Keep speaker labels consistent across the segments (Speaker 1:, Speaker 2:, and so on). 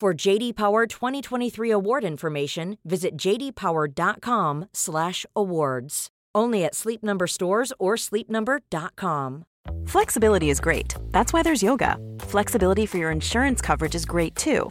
Speaker 1: For JD Power 2023 award information, visit jdpower.com/awards. Only at Sleep Number stores or sleepnumber.com.
Speaker 2: Flexibility is great. That's why there's yoga. Flexibility for your insurance coverage is great too.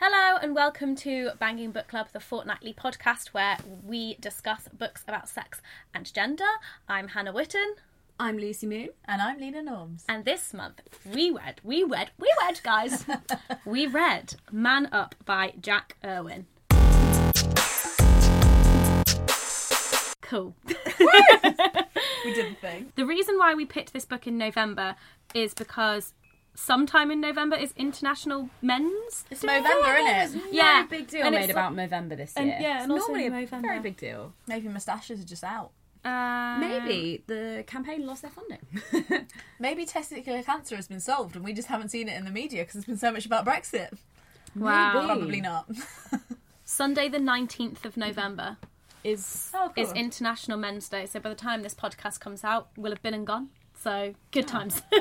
Speaker 3: Hello and welcome to Banging Book Club, the fortnightly podcast where we discuss books about sex and gender. I'm Hannah Witten,
Speaker 4: I'm Lucy Moon. And I'm Lena Norms.
Speaker 3: and this month we read, we read, we read, guys, we read Man Up by Jack Irwin. Cool.
Speaker 4: We did the thing.
Speaker 3: The reason why we picked this book in November is because sometime in November is International Men's.
Speaker 4: It's November, isn't it?
Speaker 3: Yeah,
Speaker 5: big deal
Speaker 3: And
Speaker 5: made
Speaker 3: it's-
Speaker 5: about November this year.
Speaker 3: and yeah, and also
Speaker 5: normally a
Speaker 3: Movember.
Speaker 5: very big deal.
Speaker 4: Maybe moustaches are just out.
Speaker 3: Uh,
Speaker 5: Maybe the campaign lost their funding.
Speaker 4: Maybe testicular cancer has been solved and we just haven't seen it in the media because there's been so much about Brexit.
Speaker 3: Wow.
Speaker 4: Probably not.
Speaker 3: Sunday, the 19th of November, is
Speaker 4: Oh, cool.
Speaker 3: is International Men's Day. So by the time this podcast comes out, we'll have been and gone. So good times. so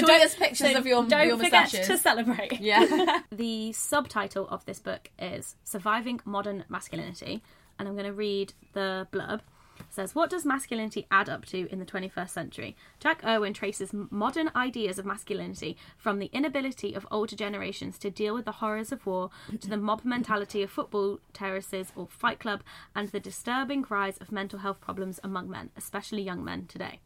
Speaker 4: Tweet us pictures of your-
Speaker 3: don't
Speaker 4: your
Speaker 3: forget
Speaker 4: moustaches.
Speaker 3: to celebrate.
Speaker 5: Yeah.
Speaker 3: The subtitle of this book is Surviving Modern Masculinity, and I'm going to read the blurb. It says, What does masculinity add up to in the 21st century? Jack Irwin traces m- modern ideas of masculinity from the inability of older generations to deal with the horrors of war to the mob mentality of football terraces or fight club and the disturbing rise of mental health problems among men, especially young men today.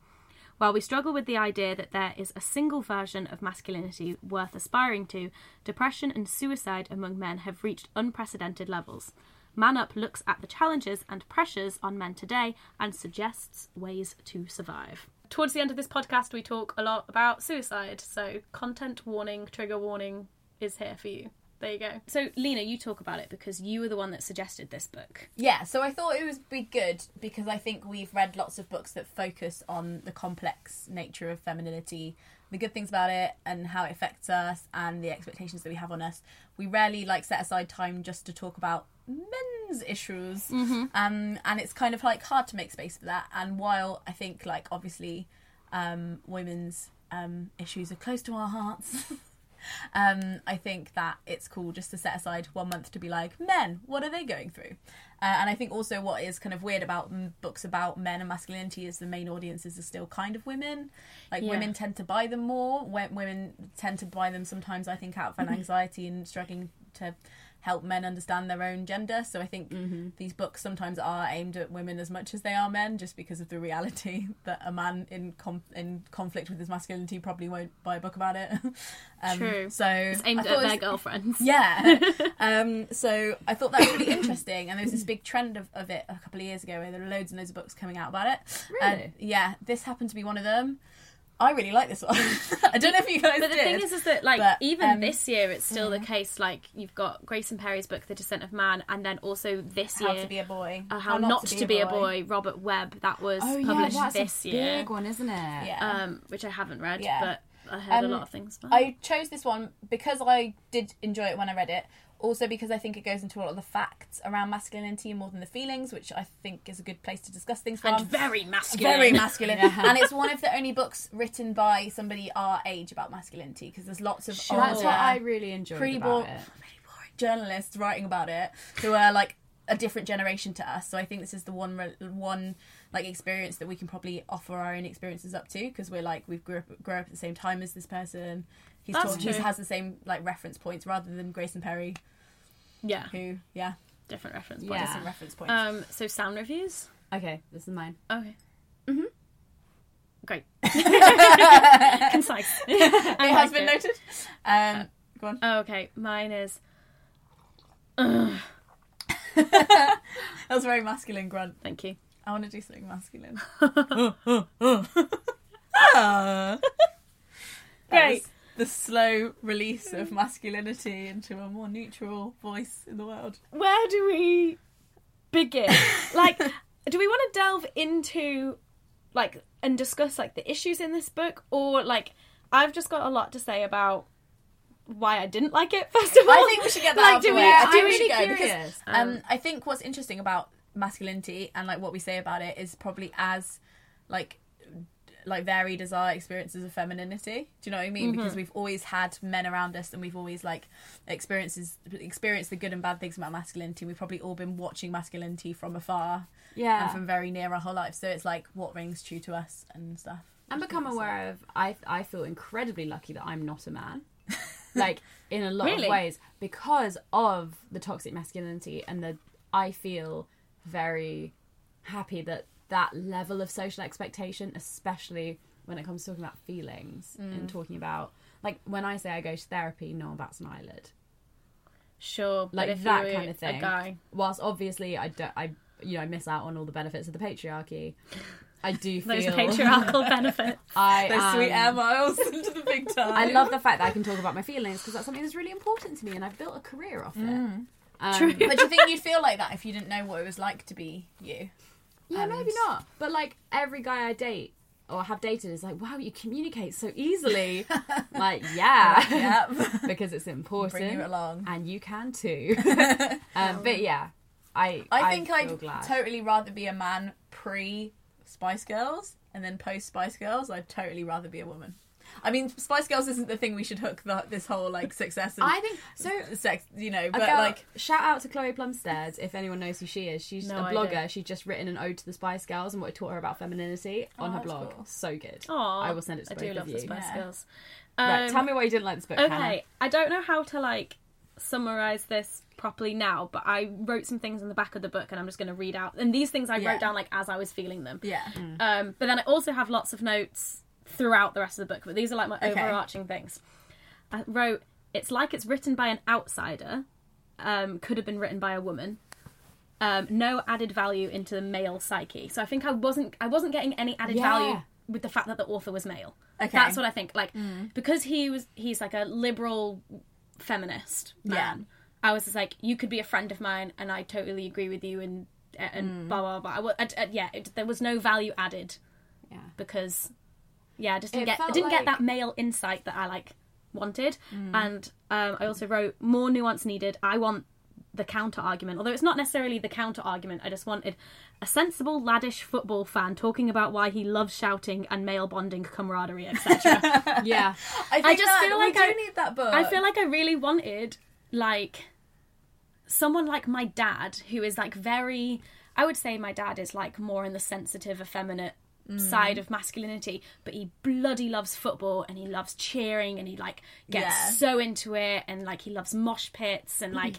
Speaker 3: While we struggle with the idea that there is a single version of masculinity worth aspiring to, depression and suicide among men have reached unprecedented levels. Man Up looks at the challenges and pressures on men today and suggests ways to survive. Towards the end of this podcast, we talk a lot about suicide, so content warning, trigger warning is here for you. There you go. So, Lena, you talk about it because you were the one that suggested this book.
Speaker 4: Yeah, so I thought it would be good because I think we've read lots of books that focus on the complex nature of femininity, the good things about it, and how it affects us, and the expectations that we have on us. We rarely like set aside time just to talk about men's issues,
Speaker 3: Mm-hmm.
Speaker 4: um, and it's kind of like hard to make space for that. And while I think like obviously um, women's um, issues are close to our hearts. Um, I think that it's cool just to set aside one month to be like, men, what are they going through? Uh, and I think also what is kind of weird about mm, books about men and masculinity is the main audiences are still kind of women. Like
Speaker 3: Yeah.
Speaker 4: women tend to buy them more. When women tend to buy them sometimes, I think, out of
Speaker 3: Mm-hmm.
Speaker 4: an anxiety and struggling to help men understand their own gender. So I think
Speaker 3: Mm-hmm.
Speaker 4: these books sometimes are aimed at women as much as they are men, just because of the reality that a man in com- in conflict with his masculinity probably won't buy a book about it. um,
Speaker 3: True.
Speaker 4: So
Speaker 3: It's aimed
Speaker 4: I
Speaker 3: at
Speaker 4: thought it
Speaker 3: their
Speaker 4: was-
Speaker 3: girlfriends.
Speaker 4: yeah. um, so I thought that was really interesting, and there was this big trend of, of it a couple of years ago where there were loads and loads of books coming out about it. And,
Speaker 5: Really?
Speaker 4: yeah, this happened to be one of them. I really like this one. I don't know if you guys
Speaker 3: But the
Speaker 4: did.
Speaker 3: thing is, is that like
Speaker 4: But,
Speaker 3: even
Speaker 4: um,
Speaker 3: this year, it's still the case. Like you've got Grace and Perry's book, The Descent of Man, and then also this
Speaker 4: how
Speaker 3: year,
Speaker 4: to be a boy.
Speaker 3: uh, how, not, to, be a boy, Robert Webb, that was
Speaker 4: Oh,
Speaker 3: published this year,
Speaker 5: one, isn't it?
Speaker 4: Yeah.
Speaker 3: um, which I haven't read,
Speaker 4: Yeah.
Speaker 3: but I heard
Speaker 4: Um,
Speaker 3: a lot of things. About.
Speaker 4: I chose this one because I did enjoy it when I read it. Also because I think it goes into a lot of the facts around masculinity more than the feelings, which I think is a good place to discuss things from.
Speaker 3: and very masculine.
Speaker 4: very masculine and it's one of the only books written by somebody our age about masculinity because there's lots of
Speaker 5: That's
Speaker 4: older,
Speaker 5: what I really enjoyed
Speaker 4: pretty boring,
Speaker 5: about it.
Speaker 4: pretty boring journalists writing about it who are like a different generation to us so i think this is the one re- one like experience that we can probably offer our own experiences up to because we're like we've grew up, grew up at the same time as this person he's
Speaker 3: That's
Speaker 4: talking he
Speaker 3: true.
Speaker 4: has the same like reference points rather than grace and perry
Speaker 3: yeah.
Speaker 4: who yeah
Speaker 3: different reference
Speaker 5: Yeah.
Speaker 3: points.
Speaker 4: Just some reference points.
Speaker 3: Um, so sound reviews.
Speaker 5: Uh, Okay, this is mine.
Speaker 3: Okay.
Speaker 4: Mm-hmm.
Speaker 3: Mhm. Great. Concise. it
Speaker 4: it has been noted. Um, go on.
Speaker 3: Okay, mine is
Speaker 4: That was a very masculine grunt.
Speaker 3: thank you.
Speaker 4: I want to do something masculine.
Speaker 3: Great.
Speaker 4: Ah, the slow release of masculinity into a more neutral voice in the world.
Speaker 3: Where do we begin? like, do we want to delve into like and discuss like the issues in this book, or like I've just got a lot to say about why I didn't like it. First of all,
Speaker 4: I think we should get that
Speaker 3: Like,
Speaker 4: out
Speaker 3: do
Speaker 4: of the
Speaker 3: we-
Speaker 4: way. I
Speaker 3: do
Speaker 4: think
Speaker 3: we-
Speaker 4: we should
Speaker 5: really
Speaker 4: go because
Speaker 5: curious.
Speaker 4: um, I think what's interesting about masculinity and like what we say about it is probably as like like varied as our experiences of femininity. Do you know what I mean? Because we've always had men around us, and we've always like experiences experienced the good and bad things about masculinity. We've probably all been watching masculinity from afar
Speaker 5: Yeah.
Speaker 4: and from very near our whole life. So it's like what rings true to us and stuff.
Speaker 5: and become aware of I I feel incredibly lucky that I'm not a man. like in a lot
Speaker 3: Really?
Speaker 5: of ways because of the toxic masculinity and the I feel very happy that that level of social expectation especially when it comes to talking about feelings
Speaker 3: Mm.
Speaker 5: and talking about like when I say I go to therapy no one bats an eyelid
Speaker 3: sure, but
Speaker 5: like
Speaker 3: if
Speaker 5: that
Speaker 3: you were
Speaker 5: kind of thing.
Speaker 3: A guy,
Speaker 5: Whilst obviously I don't I you know I miss out on all the benefits of the patriarchy. I do feel
Speaker 3: those patriarchal benefits.
Speaker 5: I
Speaker 4: Those sweet
Speaker 5: am-
Speaker 4: air miles into the big time.
Speaker 5: I love the fact that I can talk about my feelings because that's something that's really important to me, and I've built a career off
Speaker 4: Mm.
Speaker 5: it. Um,
Speaker 4: But do you think you'd feel like that if you didn't know what it was like to be you?
Speaker 5: Yeah,
Speaker 4: And-
Speaker 5: maybe not. But like every guy I date or have dated is like, wow, you communicate so easily. like, yeah,
Speaker 4: Yep.
Speaker 5: because it's important.
Speaker 4: Bring you along.
Speaker 5: and you can too. um, but yeah, I
Speaker 4: I think
Speaker 5: feel
Speaker 4: I'd
Speaker 5: glad.
Speaker 4: totally rather be a man pre Spice Girls and then post Spice Girls. I'd totally rather be a woman. I mean, Spice Girls isn't the thing we should hook the, this whole like success. And
Speaker 5: I think so.
Speaker 4: sex, you know,
Speaker 5: A
Speaker 4: but
Speaker 5: girl-
Speaker 4: like
Speaker 5: shout out to Chloe Plumstead if anyone knows who she is. She's
Speaker 3: No
Speaker 5: a
Speaker 3: idea.
Speaker 5: blogger. She'd just written an ode to the Spice Girls and what it taught her about femininity on her
Speaker 4: that's
Speaker 5: blog.
Speaker 4: cool.
Speaker 5: So good.
Speaker 3: Oh, Aw,
Speaker 5: I will send it to
Speaker 3: I
Speaker 5: both
Speaker 3: do
Speaker 5: of
Speaker 3: love
Speaker 5: you.
Speaker 3: the Spice
Speaker 4: Yeah.
Speaker 3: Girls.
Speaker 5: Right,
Speaker 3: Um,
Speaker 5: tell me why you didn't like this book.
Speaker 3: Okay,
Speaker 5: Hannah.
Speaker 3: I don't know how to like summarize this properly now, but I wrote some things in the back of the book, and I'm just going to read out. And these things I
Speaker 4: Yeah.
Speaker 3: wrote down like as I was feeling them.
Speaker 4: yeah,
Speaker 3: Um, but then I also have lots of notes throughout the rest of the book, but these are like my overarching things. I wrote, it's like it's written by an outsider, um, could have been written by a woman. Um, no added value into the male psyche. So I think I wasn't I wasn't getting any added
Speaker 5: Yeah.
Speaker 3: value with the fact that the author was male.
Speaker 4: Okay.
Speaker 3: That's what I think. Like because he was he's like a liberal feminist man. I was just like, you could be a friend of mine, and I totally agree with you, and and blah blah blah. I wa- I- I- yeah, it, there was no value added
Speaker 5: Yeah.
Speaker 3: because yeah, I just didn't
Speaker 5: It
Speaker 3: get I
Speaker 5: felt
Speaker 3: didn't get
Speaker 5: like- Mm.
Speaker 3: that male insight that I like wanted, and um, I also wrote more nuance needed. I want the counter argument, although it's not necessarily the counter argument. I just wanted a sensible laddish football fan talking about why he loves shouting and male bonding camaraderie, etc.
Speaker 5: Yeah.
Speaker 4: I, think
Speaker 3: just
Speaker 4: that-
Speaker 3: feel
Speaker 4: we
Speaker 3: like
Speaker 4: do
Speaker 3: I-
Speaker 4: need that book.
Speaker 3: I feel like I really wanted like someone like my dad who is like very I would say my dad is like more in the sensitive effeminate side of masculinity but he bloody loves football and he loves cheering and he like gets
Speaker 4: Yeah.
Speaker 3: so into it and like he loves mosh pits and like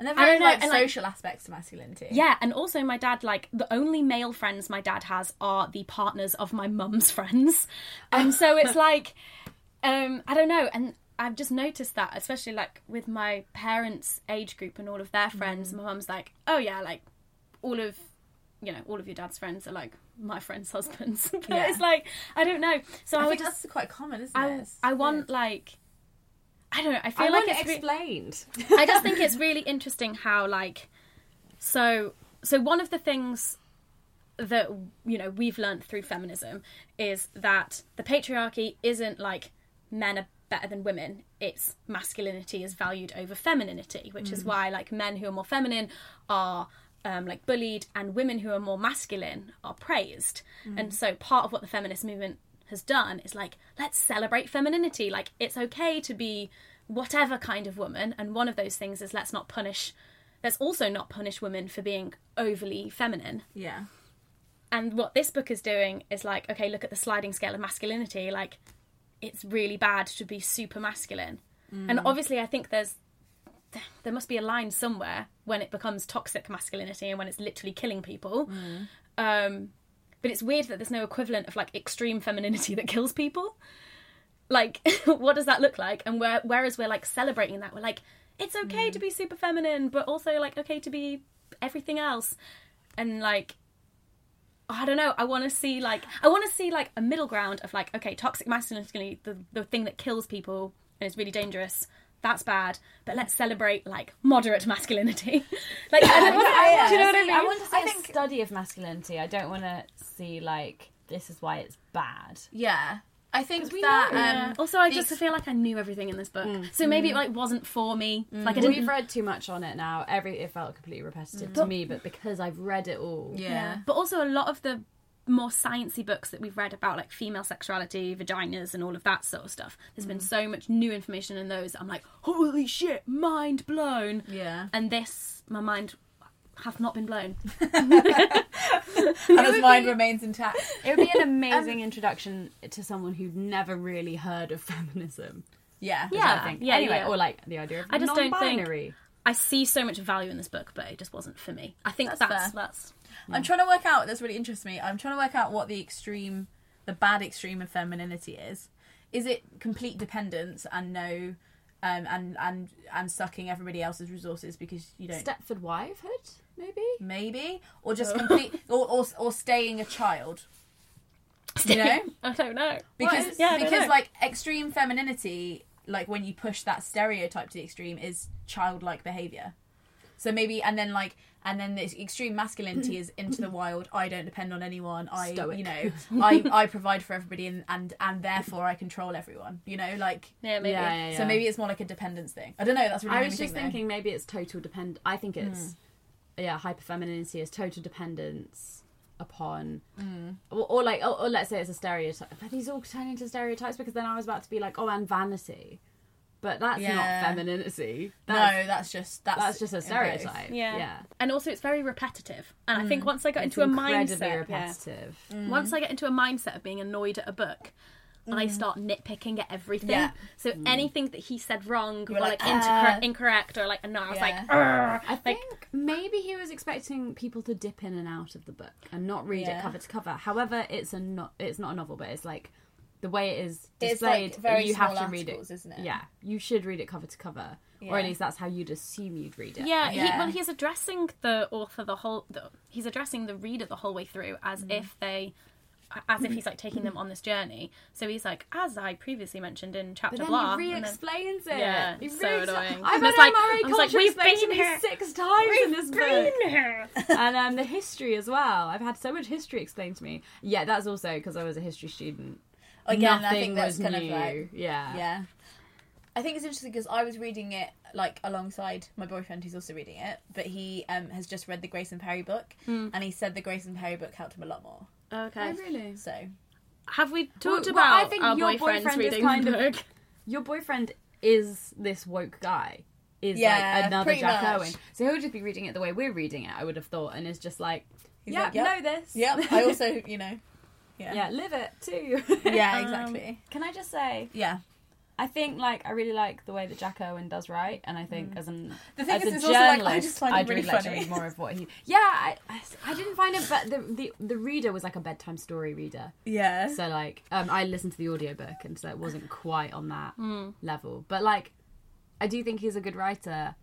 Speaker 4: and they're
Speaker 3: I
Speaker 4: very
Speaker 3: don't know,
Speaker 4: like
Speaker 3: and, like-
Speaker 4: social aspects to masculinity.
Speaker 3: yeah and also my dad like the only male friends my dad has are the partners of my mum's friends and so it's like um i don't know and i've just noticed that especially like with my parents age group and all of their friends
Speaker 4: Mm.
Speaker 3: my mum's like oh yeah like all of you know all of your dad's friends are like my friends husbands but
Speaker 4: Yeah.
Speaker 3: it's like i don't know so i,
Speaker 4: I
Speaker 3: would
Speaker 4: think
Speaker 3: just
Speaker 4: that's quite common, isn't
Speaker 3: i,
Speaker 4: it?
Speaker 3: I want like i don't know i feel
Speaker 5: I
Speaker 3: like
Speaker 5: like
Speaker 3: it's
Speaker 5: it
Speaker 3: re-
Speaker 5: explained.
Speaker 3: I just think it's really interesting how like so so one of the things that you know we've learnt through feminism is that the patriarchy isn't like men are better than women it's masculinity is valued over femininity which is why like men who are more feminine are um, like bullied and women who are more masculine are praised and so part of what the feminist movement has done is like let's celebrate femininity like it's okay to be whatever kind of woman and one of those things is let's not punish let's also not punish women for being overly feminine
Speaker 4: yeah,
Speaker 3: and what this book is doing is like okay look at the sliding scale of masculinity like it's really bad to be super masculine and obviously i think there's there must be a line somewhere when it becomes toxic masculinity and when it's literally killing people. Um, but it's weird that there's no equivalent of like extreme femininity that kills people. Like, what does that look like? And where, whereas we're like celebrating that, we're like, it's okay to be super feminine, but also like okay to be everything else. And like, I don't know. I want to see like I want to see like a middle ground of like okay, toxic masculinity, the the thing that kills people and is really dangerous. That's bad, but let's celebrate like moderate masculinity. like, I don't wanna- Oh, do you know what I mean?
Speaker 5: I want to see
Speaker 4: I
Speaker 5: a
Speaker 4: think-
Speaker 5: study of masculinity. I don't want to see like this is why it's bad.
Speaker 4: Yeah. I think
Speaker 5: we
Speaker 4: that.
Speaker 5: know.
Speaker 4: Um,
Speaker 3: Yeah. Also, I
Speaker 4: these-
Speaker 3: just feel like I knew everything in this book,
Speaker 5: Mm.
Speaker 3: so maybe it like wasn't for me. Like I
Speaker 5: Well, we've
Speaker 3: didn't. Mm.
Speaker 5: read too much on it now. Every it felt completely repetitive to me, but because I've read it all,
Speaker 4: yeah.
Speaker 3: But also, a lot of the more sciencey books that we've read about like female sexuality, vaginas, and all of that sort of stuff. There's
Speaker 5: Mm.
Speaker 3: been so much new information in those. I'm like, holy shit, mind blown.
Speaker 4: Yeah.
Speaker 3: And this, my mind have not been blown.
Speaker 4: And his mind remains intact.
Speaker 5: it would be an amazing introduction to someone who'd never really heard of feminism.
Speaker 4: Yeah.
Speaker 5: I
Speaker 3: Yeah,
Speaker 5: think.
Speaker 3: yeah,
Speaker 5: anyway,
Speaker 3: yeah.
Speaker 5: or like the idea of
Speaker 3: I just don't think-
Speaker 5: non-binary.
Speaker 3: I see so much value in this book, but it just wasn't for me. I think
Speaker 4: That's
Speaker 3: that's that's,
Speaker 4: fair. I'm trying to work out. That's really interests me. I'm trying to work out what the extreme, the bad extreme of femininity is. Is it complete dependence and no, um, and and and sucking everybody else's resources because you don't
Speaker 5: Stepford wifehood, maybe.
Speaker 4: maybe or just complete or, or or staying a child. You know,
Speaker 3: I don't know.
Speaker 4: because
Speaker 5: is-
Speaker 3: yeah, I don't
Speaker 4: because
Speaker 3: know.
Speaker 4: like extreme femininity like when you push that stereotype to the extreme is childlike behavior so maybe and then like and then this extreme masculinity is into the wild i don't depend on anyone i
Speaker 5: Stoic.
Speaker 4: you know i i provide for everybody and and and therefore i control everyone you know like
Speaker 3: Yeah, maybe.
Speaker 5: Yeah, yeah, yeah.
Speaker 4: so maybe it's more like a dependence thing i don't know that's really
Speaker 5: I
Speaker 4: made
Speaker 5: was
Speaker 4: me
Speaker 5: just
Speaker 4: think, though.
Speaker 5: thinking maybe it's total depend. I think it's yeah, hyperfemininity is total dependence upon, or, or like, or, or let's say it's a stereotype. But these all turn into stereotypes because then I was about to be like, oh, and vanity, but that's
Speaker 4: Yeah.
Speaker 5: not femininity. That's,
Speaker 4: no that's just that's,
Speaker 5: that's just a
Speaker 4: in both.
Speaker 5: stereotype.
Speaker 3: Yeah.
Speaker 5: yeah. Mm.
Speaker 3: And also, it's very repetitive. And I think once I got into a mindset,
Speaker 5: incredibly
Speaker 3: Yeah.
Speaker 5: repetitive.
Speaker 3: once
Speaker 5: Mm.
Speaker 3: I get into a mindset of being annoyed at a book, I start nitpicking at everything.
Speaker 4: Yeah.
Speaker 3: So anything that he said wrong or
Speaker 4: like,
Speaker 3: like, incorrect, incorrect or like, and no, I was
Speaker 4: Yeah.
Speaker 3: like, "Argh."
Speaker 5: I think maybe he was expecting people to dip in and out of the book and not read
Speaker 4: Yeah.
Speaker 5: it cover to cover. However, it's a not it's not a novel, but it's like the way it is
Speaker 4: It's like
Speaker 5: displayed,
Speaker 4: very
Speaker 5: you have
Speaker 4: small
Speaker 5: to read it.
Speaker 4: articles, isn't it?
Speaker 5: Yeah, you should read it cover to cover, or at
Speaker 4: Yeah.
Speaker 5: least that's how you'd assume you'd read it.
Speaker 3: yeah,
Speaker 4: Yeah.
Speaker 3: He, well, he's addressing the author the whole, the, he's addressing the reader the whole way through as
Speaker 5: Mm.
Speaker 3: if they, as if he's like taking them on this journey. So he's like, as I previously mentioned in chapter
Speaker 5: But then
Speaker 3: blah,
Speaker 5: he
Speaker 3: and then-
Speaker 5: re-explains it.
Speaker 3: Yeah,
Speaker 5: he
Speaker 3: so
Speaker 5: re-expla-
Speaker 3: annoying.
Speaker 5: I've
Speaker 3: And
Speaker 5: had
Speaker 3: it's like-
Speaker 5: MRA
Speaker 3: I
Speaker 5: culture
Speaker 3: was like, "We've
Speaker 5: explained to
Speaker 3: been
Speaker 5: me
Speaker 3: here.
Speaker 5: six times in this book.
Speaker 3: Greener.
Speaker 5: and um, the history as well. I've had so much history explained to me. Yeah, that's also because I was a history student.
Speaker 4: Again, I
Speaker 5: Nothing
Speaker 4: think that's
Speaker 5: was
Speaker 4: kind of
Speaker 5: new.
Speaker 4: like-
Speaker 5: yeah,
Speaker 4: yeah i think it's interesting because i was reading it like alongside my boyfriend who's also reading it but he um, has just read the grace and perry book and he said the grace and perry book helped him a lot more
Speaker 3: Okay.
Speaker 5: Oh, really?
Speaker 4: so
Speaker 3: Have we talked
Speaker 5: well,
Speaker 3: about
Speaker 5: I think
Speaker 3: our
Speaker 5: your
Speaker 3: boyfriend's
Speaker 5: boyfriend is
Speaker 3: reading
Speaker 5: kind
Speaker 3: the
Speaker 5: of-
Speaker 3: book?
Speaker 5: Your boyfriend is this woke guy. Is
Speaker 4: Yeah,
Speaker 5: like another
Speaker 4: pretty
Speaker 5: Jack
Speaker 4: much.
Speaker 5: Owen. So he'll just be reading it the way we're reading it, I would have thought, and is just like, yeah,
Speaker 4: like, yep.
Speaker 5: know this.
Speaker 4: yeah i also you know
Speaker 5: yeah, live it too.
Speaker 4: yeah exactly
Speaker 5: Can I just say,
Speaker 4: yeah
Speaker 5: I think like I really like the way that Jack Owen does write, and I think as an
Speaker 4: Mm. The thing
Speaker 5: as
Speaker 4: is,
Speaker 5: a
Speaker 4: it's also, like, I
Speaker 5: journalist,
Speaker 4: just find it
Speaker 5: I'd
Speaker 4: really
Speaker 5: really like to
Speaker 4: funny.
Speaker 5: read more of what he. Yeah, I, I, I didn't find it, but the, the the reader was like a bedtime story reader,
Speaker 4: yeah
Speaker 5: so like um, I listened to the audiobook, and so it wasn't quite on that
Speaker 4: Hmm.
Speaker 5: level. But like, I do think he's a good writer,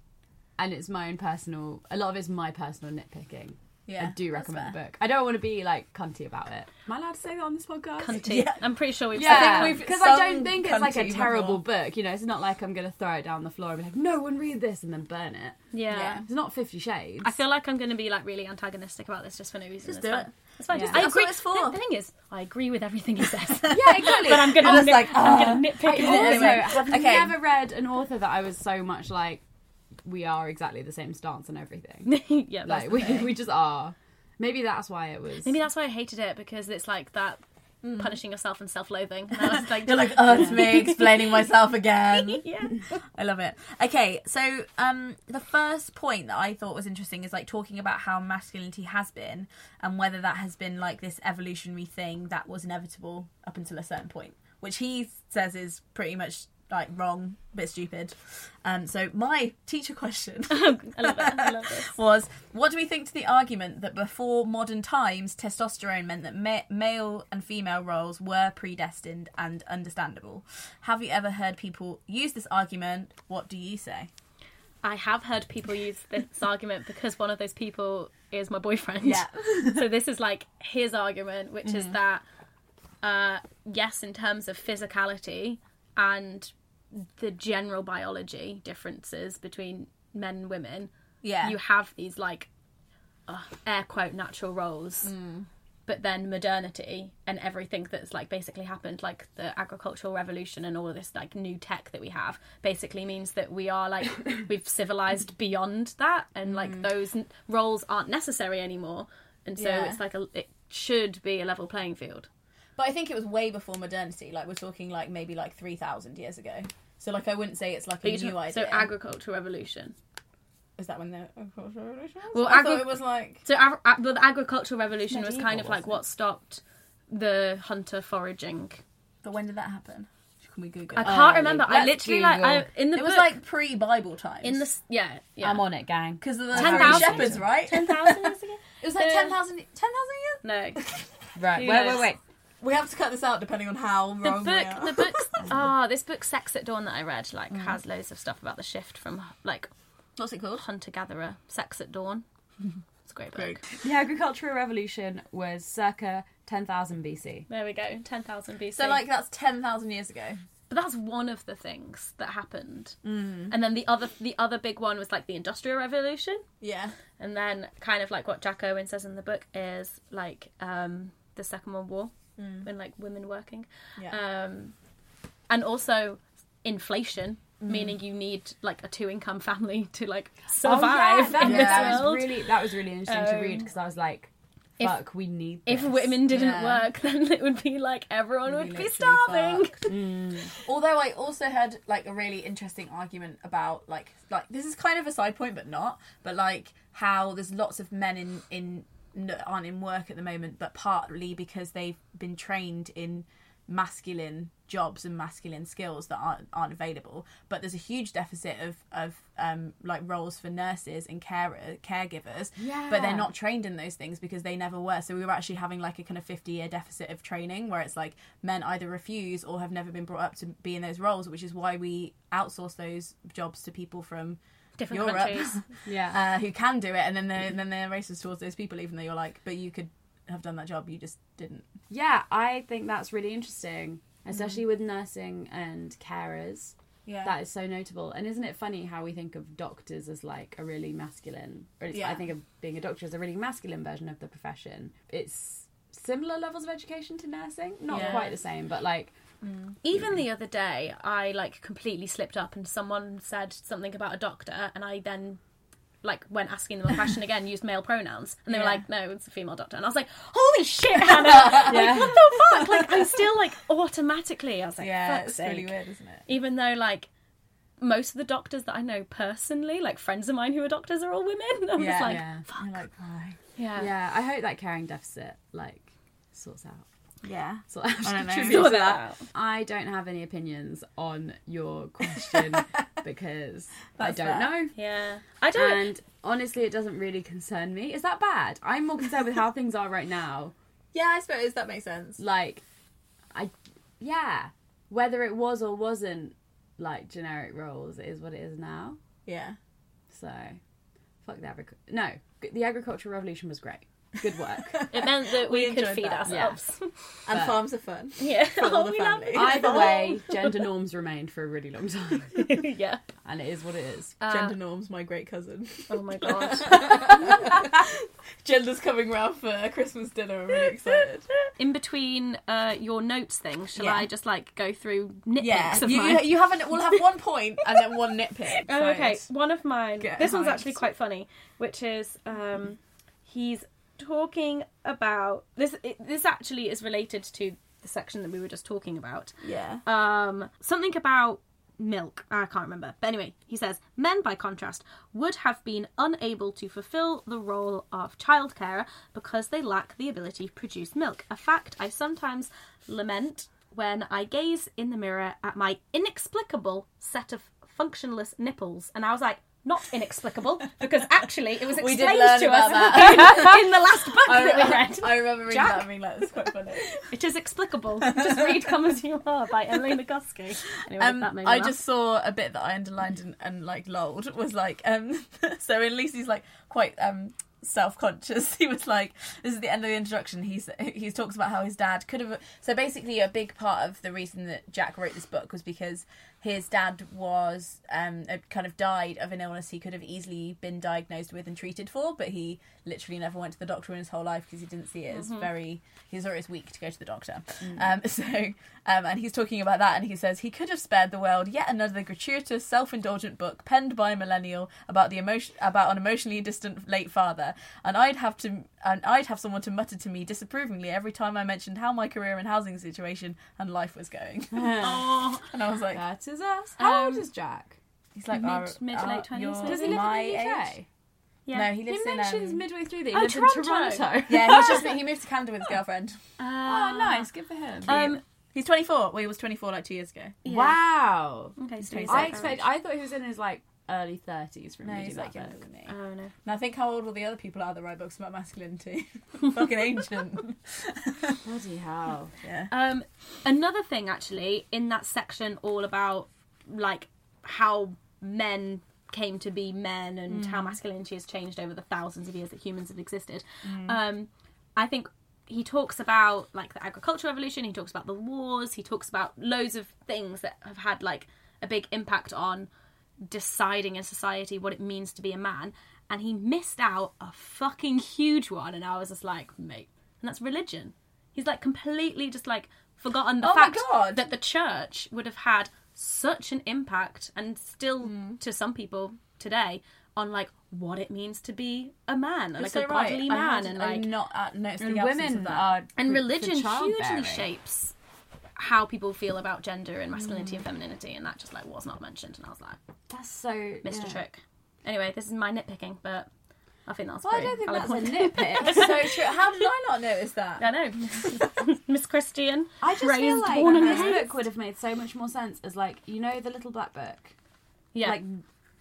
Speaker 5: and it's my own personal. A lot of it's my personal nitpicking.
Speaker 4: Yeah,
Speaker 5: I do
Speaker 4: that's
Speaker 5: recommend the book. I don't want to be like cunty about it. Am I allowed to say that on this podcast?
Speaker 3: Cunty. I'm pretty sure we've said
Speaker 5: Yeah,
Speaker 4: think we've
Speaker 5: because I
Speaker 4: sung
Speaker 5: don't think it's like
Speaker 4: Cunty
Speaker 5: a terrible
Speaker 4: before.
Speaker 5: book. You know, it's not like I'm going to throw it down the floor and be like, "No one read this" and then burn it.
Speaker 3: Yeah.
Speaker 4: Yeah.
Speaker 5: It's not Fifty Shades.
Speaker 3: I feel like I'm going to be like really antagonistic about this just for no reason. Just it's
Speaker 4: do
Speaker 3: fine.
Speaker 4: it.
Speaker 3: It's fine.
Speaker 5: Yeah.
Speaker 3: Just,
Speaker 5: That's
Speaker 3: I agree.
Speaker 4: what it's for.
Speaker 3: The, the thing is, I agree with everything he says.
Speaker 5: yeah, exactly.
Speaker 3: But I'm gonna
Speaker 4: I'm just
Speaker 3: nip,
Speaker 4: like, uh,
Speaker 3: I'm gonna nitpick
Speaker 5: I
Speaker 3: it
Speaker 5: also
Speaker 3: anyway.
Speaker 5: have
Speaker 4: Okay.
Speaker 5: never read an author that I was so much like, we are exactly the same stance on everything.
Speaker 3: yeah, that's the
Speaker 5: like we,
Speaker 3: thing.
Speaker 5: we just are. Maybe that's why it was.
Speaker 3: maybe that's why I hated it because it's like that punishing yourself and self-loathing. And I was like,
Speaker 4: Mm. you're like uh, oh it's me explaining myself again
Speaker 3: yeah,
Speaker 4: I love it. Okay, so um, the first point that I thought was interesting is like talking about how masculinity has been and whether that has been like this evolutionary thing that was inevitable up until a certain point, which he says is pretty much like wrong, a bit stupid. Um, so my teacher question
Speaker 3: I love it. I love this.
Speaker 4: was what do we think to the argument that before modern times testosterone meant that ma- male and female roles were predestined and understandable have you ever heard people use this argument what do you say
Speaker 3: I have heard people use this argument because one of those people is my boyfriend.
Speaker 4: Yeah.
Speaker 3: so this is like his argument, which is that uh, yes, in terms of physicality and the general biology differences between men and women,
Speaker 4: yeah
Speaker 3: you have these like uh, air quote natural roles.
Speaker 4: Mm.
Speaker 3: But then modernity and everything that's like basically happened, like the agricultural revolution and all of this like new tech that we have, basically means that we are like we've civilized beyond that, and like
Speaker 4: Mm.
Speaker 3: those n- roles aren't necessary anymore. And so
Speaker 4: Yeah.
Speaker 3: it's like a it should be a level playing field.
Speaker 4: but i think it was way before modernity like we're talking like maybe like 3000 years ago so like i wouldn't say it's like a
Speaker 3: But
Speaker 4: new
Speaker 3: you talk-
Speaker 4: idea
Speaker 3: so agricultural revolution.
Speaker 4: is that when the oh, agricultural revolution was?
Speaker 3: Well,
Speaker 4: I
Speaker 3: agri-
Speaker 4: thought it was like
Speaker 3: So our, uh, well, the agricultural revolution was
Speaker 5: Medieval,
Speaker 3: kind of like what stopped the hunter foraging.
Speaker 4: but when did that happen can we google
Speaker 3: I
Speaker 4: it?
Speaker 3: can't remember. I
Speaker 5: let's
Speaker 3: literally like
Speaker 5: Google.
Speaker 3: I, in the
Speaker 4: Um, it was
Speaker 3: book-
Speaker 4: like pre-bible times
Speaker 3: in the s- yeah yeah.
Speaker 5: I'm on it, gang.
Speaker 4: because of the
Speaker 3: 10,000.
Speaker 4: shepherds right
Speaker 3: Ten thousand years again?
Speaker 4: It was like
Speaker 3: Uh,
Speaker 4: 10,000 10,000 years?
Speaker 3: No,
Speaker 5: Right,
Speaker 3: Who
Speaker 5: wait, wait,
Speaker 3: knows?
Speaker 5: wait.
Speaker 4: We have to cut this out depending on how
Speaker 3: the
Speaker 4: wrong we
Speaker 3: book,
Speaker 4: are.
Speaker 3: the books. Ah, this book, Sex at Dawn, that I read, like
Speaker 4: Mm-hmm.
Speaker 3: has loads of stuff about the shift from like
Speaker 4: What's it called?
Speaker 3: hunter gatherer, Sex at Dawn. It's a great book.
Speaker 4: Great.
Speaker 5: The agricultural revolution was circa 10,000 BC.
Speaker 3: There we go, ten thousand BC.
Speaker 4: So like that's 10,000 years ago.
Speaker 3: but that's one of the things that happened. Mm. And then the other, the other big one was like the Industrial Revolution.
Speaker 4: Yeah.
Speaker 3: And then, kind of like what Jack Owen says in the book is like um, the Second World War
Speaker 4: Mm.
Speaker 3: when like women working,
Speaker 4: Yeah.
Speaker 3: um, and also inflation,
Speaker 4: Mm.
Speaker 3: meaning you need like a two-income family to like
Speaker 4: Oh,
Speaker 3: survive
Speaker 5: Oh, that,
Speaker 3: in
Speaker 4: yeah.
Speaker 3: this
Speaker 5: that
Speaker 3: world.
Speaker 5: was Um, really that was really interesting to read because I was like,
Speaker 3: if-
Speaker 5: fuck, we need
Speaker 3: if
Speaker 5: this.
Speaker 3: women didn't
Speaker 4: Yeah.
Speaker 3: work, then it would be like everyone would be
Speaker 4: literally
Speaker 3: starving.
Speaker 4: fucked. Although I also heard like a really interesting argument about like like this is kind of a side point but not, but like how there's lots of men in in n- aren't in work at the moment but partly because they've been trained in masculine jobs and masculine skills that aren't aren't available but there's a huge deficit of of um like roles for nurses and carer caregivers but they're
Speaker 5: Yeah.
Speaker 4: not trained in those things because they never were so we were actually having like a kind of 50 year deficit of training where it's like men either refuse or have never been brought up to be in those roles which is why we outsource those jobs to people from
Speaker 3: Different
Speaker 4: Europe
Speaker 3: countries.
Speaker 5: Yeah.
Speaker 4: uh, who can do it and then they're, then they're racist towards those people even though you're like but you could have done that job you just didn't
Speaker 5: Yeah, I think that's really interesting, especially with nursing and carers.
Speaker 4: Mm. yeah
Speaker 5: That is so notable. And isn't it funny how we think of doctors as like a really masculine, or it's,
Speaker 4: Yeah.
Speaker 5: I think of being a doctor as a really masculine version of the profession. It's similar levels of education to nursing, not
Speaker 4: Yeah.
Speaker 5: quite the same, but like,
Speaker 3: Even the other day, I like completely slipped up, and someone said something about a doctor, and I then like went asking them a question again, used male pronouns, and they were
Speaker 4: Yeah.
Speaker 3: like, "No, it's a female doctor," and I was like, "Holy shit, Hannah! like,
Speaker 5: Yeah.
Speaker 3: what the fuck?" Like, I still like automatically, I was like,
Speaker 4: yeah
Speaker 3: "Fuck's
Speaker 4: it's
Speaker 3: sake!"
Speaker 4: really weird isn't it
Speaker 3: Even though like most of the doctors that I know personally, like friends of mine who are doctors, are all women. I'm
Speaker 4: Yeah.
Speaker 3: just like,
Speaker 5: yeah.
Speaker 4: You're like why
Speaker 3: yeah,
Speaker 5: Yeah, I hope that caring deficit like sorts out.
Speaker 4: yeah
Speaker 5: So I,
Speaker 4: I don't know.
Speaker 3: Sort that out.
Speaker 5: I don't have any opinions on your question because I
Speaker 4: That's fair.
Speaker 5: don't know.
Speaker 3: yeah. I don't.
Speaker 5: And honestly, it doesn't really concern me. Is that bad? I'm more concerned with how things are right now.
Speaker 4: yeah i suppose that makes sense
Speaker 5: Like, I, yeah, whether it was or wasn't like generic roles it is what it is now.
Speaker 4: yeah
Speaker 5: So, fuck the agric. No, the agricultural revolution was great. Good work.
Speaker 3: it meant that
Speaker 4: We
Speaker 3: we, could
Speaker 4: enjoyed
Speaker 3: feed
Speaker 4: that.
Speaker 5: Yeah.
Speaker 3: ourselves.
Speaker 4: and
Speaker 5: But-
Speaker 4: farms are fun
Speaker 3: Yeah, Oh,
Speaker 4: all the
Speaker 3: we love
Speaker 4: family.
Speaker 3: it.
Speaker 5: Either way, gender norms remained for a really long time,
Speaker 3: yeah.
Speaker 5: and it is what it is.
Speaker 4: gender norms my great cousin
Speaker 3: Oh my god.
Speaker 4: gender's coming round for a christmas dinner i'm really excited
Speaker 3: In between uh, your notes thing, shall
Speaker 4: Yeah.
Speaker 3: I just like go through nitpicks
Speaker 4: yeah
Speaker 3: of
Speaker 4: you,
Speaker 3: mine?
Speaker 4: you have an, we'll have one point and then one nitpick
Speaker 3: Oh, okay, one of mine.
Speaker 4: Get
Speaker 3: this one's
Speaker 4: hyped.
Speaker 3: actually quite funny, which is um, he's talking about this. It, this actually is related to the section that we were just talking about.
Speaker 4: yeah
Speaker 3: um, something about milk. I can't remember. But anyway, he says men, by contrast, would have been unable to fulfill the role of child carer because they lack the ability to produce milk. A fact I sometimes lament when I gaze in the mirror at my inexplicable set of functionless nipples, and I was like, not inexplicable because actually it was
Speaker 4: We
Speaker 3: explained
Speaker 4: did learn
Speaker 3: to
Speaker 4: about
Speaker 3: us in the last book
Speaker 4: I
Speaker 3: that we
Speaker 4: remember,
Speaker 3: read.
Speaker 4: I remember reading
Speaker 3: Jack?
Speaker 4: that and being like, that's quite funny.
Speaker 3: Oh, It is explicable. Just read Come As You Are by Elena Guskey. Anyway,
Speaker 4: Um,
Speaker 3: that made me
Speaker 4: I
Speaker 3: laugh.
Speaker 4: just saw a bit that I underlined and, and like lolled was like um so in Lucy's like quite um self-conscious he was like this is the end of the introduction he's he talks about how his dad could have so basically a big part of the reason that Jack wrote this book was because his dad was um uh, kind of died of an illness he could have easily been diagnosed with and treated for but he literally never went to the doctor in his whole life because he didn't see it
Speaker 3: Mm-hmm.
Speaker 4: as very he was always weak to go to the doctor
Speaker 3: Mm.
Speaker 4: um so um and he's talking about that and he says he could have spared the world yet another gratuitous self-indulgent book penned by a millennial about the emotion about an emotionally distant late father and I'd have to and I'd have someone to mutter to me disapprovingly every time I mentioned how my career and housing situation and life was going
Speaker 3: Oh,
Speaker 4: and I was like
Speaker 5: That is us. How
Speaker 3: Um,
Speaker 5: old is Jack?
Speaker 4: he's like
Speaker 3: Mid-
Speaker 4: "Are-
Speaker 3: mid
Speaker 4: are
Speaker 3: to late 20s,
Speaker 4: you're
Speaker 3: maybe?
Speaker 5: Does he live
Speaker 4: my
Speaker 5: in the UK?
Speaker 4: age?"
Speaker 3: yeah.
Speaker 4: no he
Speaker 5: He
Speaker 4: lives in
Speaker 5: mentions
Speaker 4: um,
Speaker 5: midway through that he
Speaker 3: Oh,
Speaker 5: lives in
Speaker 3: Toronto.
Speaker 5: Toronto.
Speaker 4: yeah, he's just he moved to Canada with his girlfriend.
Speaker 5: Oh, nice. Good for him.
Speaker 3: Um,
Speaker 4: He's 24. Well, he was 24 like two years ago.
Speaker 3: yeah.
Speaker 5: Wow.
Speaker 3: Okay, so
Speaker 4: twenty
Speaker 3: he's
Speaker 5: I
Speaker 3: like
Speaker 5: expect.
Speaker 3: our age.
Speaker 5: I thought he was in his like early thirties from
Speaker 4: No,
Speaker 5: reading
Speaker 4: he's like
Speaker 5: that
Speaker 4: younger
Speaker 5: book.
Speaker 4: than me.
Speaker 3: Oh no.
Speaker 4: Now think how old all the other people are that write books about masculinity. Fucking ancient.
Speaker 5: Bloody hell.
Speaker 4: Yeah.
Speaker 3: Um, another thing, actually, in that section all about like how men came to be men and how masculinity has changed over the thousands of years that humans have existed. Um, I think he talks about like the agricultural revolution. He talks about the wars. He talks about loads of things that have had like a big impact on deciding in society what it means to be a man. And he missed out a fucking huge one. And I was just like, mate, and that's religion. He's like completely just like forgotten the
Speaker 4: Oh my
Speaker 3: fact
Speaker 4: God.
Speaker 3: that the church would have had such an impact and still
Speaker 4: Mm.
Speaker 3: to some people today on like what it means to be a man like
Speaker 4: so
Speaker 3: a godly
Speaker 4: I
Speaker 3: man
Speaker 4: had-
Speaker 3: and
Speaker 4: I'm
Speaker 3: like
Speaker 4: not uh, noticing
Speaker 5: And
Speaker 4: the absence
Speaker 5: women
Speaker 4: of that.
Speaker 5: are
Speaker 3: and
Speaker 5: for- for
Speaker 3: religion hugely
Speaker 5: childbearing.
Speaker 3: shapes how people feel about gender and masculinity and femininity and that just like was not mentioned and i was like
Speaker 5: That's so
Speaker 3: missed
Speaker 5: yeah.
Speaker 3: a trick anyway this is my nitpicking but i think that's
Speaker 5: Well, I
Speaker 3: pretty
Speaker 5: don't think
Speaker 3: valid
Speaker 5: that's
Speaker 3: point.
Speaker 5: a nitpick.
Speaker 4: That's so true. How did I not notice that?
Speaker 3: I know miss christian
Speaker 5: I just
Speaker 3: raised
Speaker 5: feel like
Speaker 3: born and
Speaker 5: this
Speaker 3: raised.
Speaker 5: book would have made so much more sense as like you know the little black book,
Speaker 3: yeah
Speaker 5: like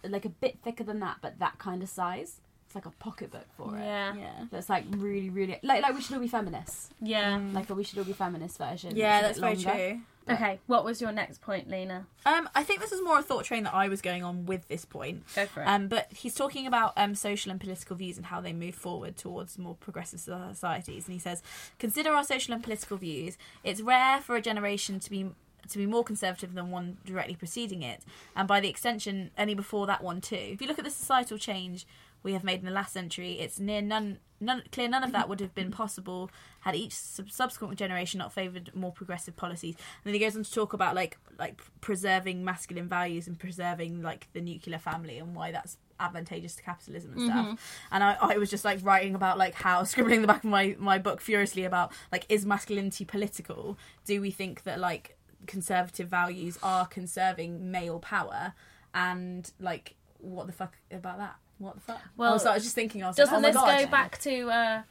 Speaker 5: like a bit thicker than that, but that kind of size. It's like a pocket book for it.
Speaker 3: yeah yeah,
Speaker 5: That's like really, really like like we should all be feminists.
Speaker 3: Mm.
Speaker 5: Like a we should all be feminist version.
Speaker 4: Yeah, that's
Speaker 5: It's a
Speaker 4: very
Speaker 5: bit longer.
Speaker 4: true.
Speaker 3: okay what was your next point lena
Speaker 4: Um, I think this is more a thought train that I was going on with this point.
Speaker 3: Go for it.
Speaker 4: Um, but he's talking about um, social and political views and how they move forward towards more progressive societies. And he says, consider our social and political views. It's rare for a generation to be to be more conservative than one directly preceding it, and by the extension, any before that one too. If you look at the societal change we have made in the last century, it's near none. None, clear none of that would have been possible had each sub- subsequent generation not favoured more progressive policies. And then he goes on to talk about like like preserving masculine values and preserving like the nuclear family and why that's advantageous to capitalism and stuff. And I, I was just like writing about like how scribbling in the back of my my book furiously about like is masculinity political? Do we think that like conservative values are conserving male power? And like what the fuck about that? What the fuck?
Speaker 3: Well,
Speaker 4: Well, so I was just thinking. I was
Speaker 3: Doesn't
Speaker 4: like, oh my
Speaker 3: this
Speaker 4: God.
Speaker 3: go back to uh,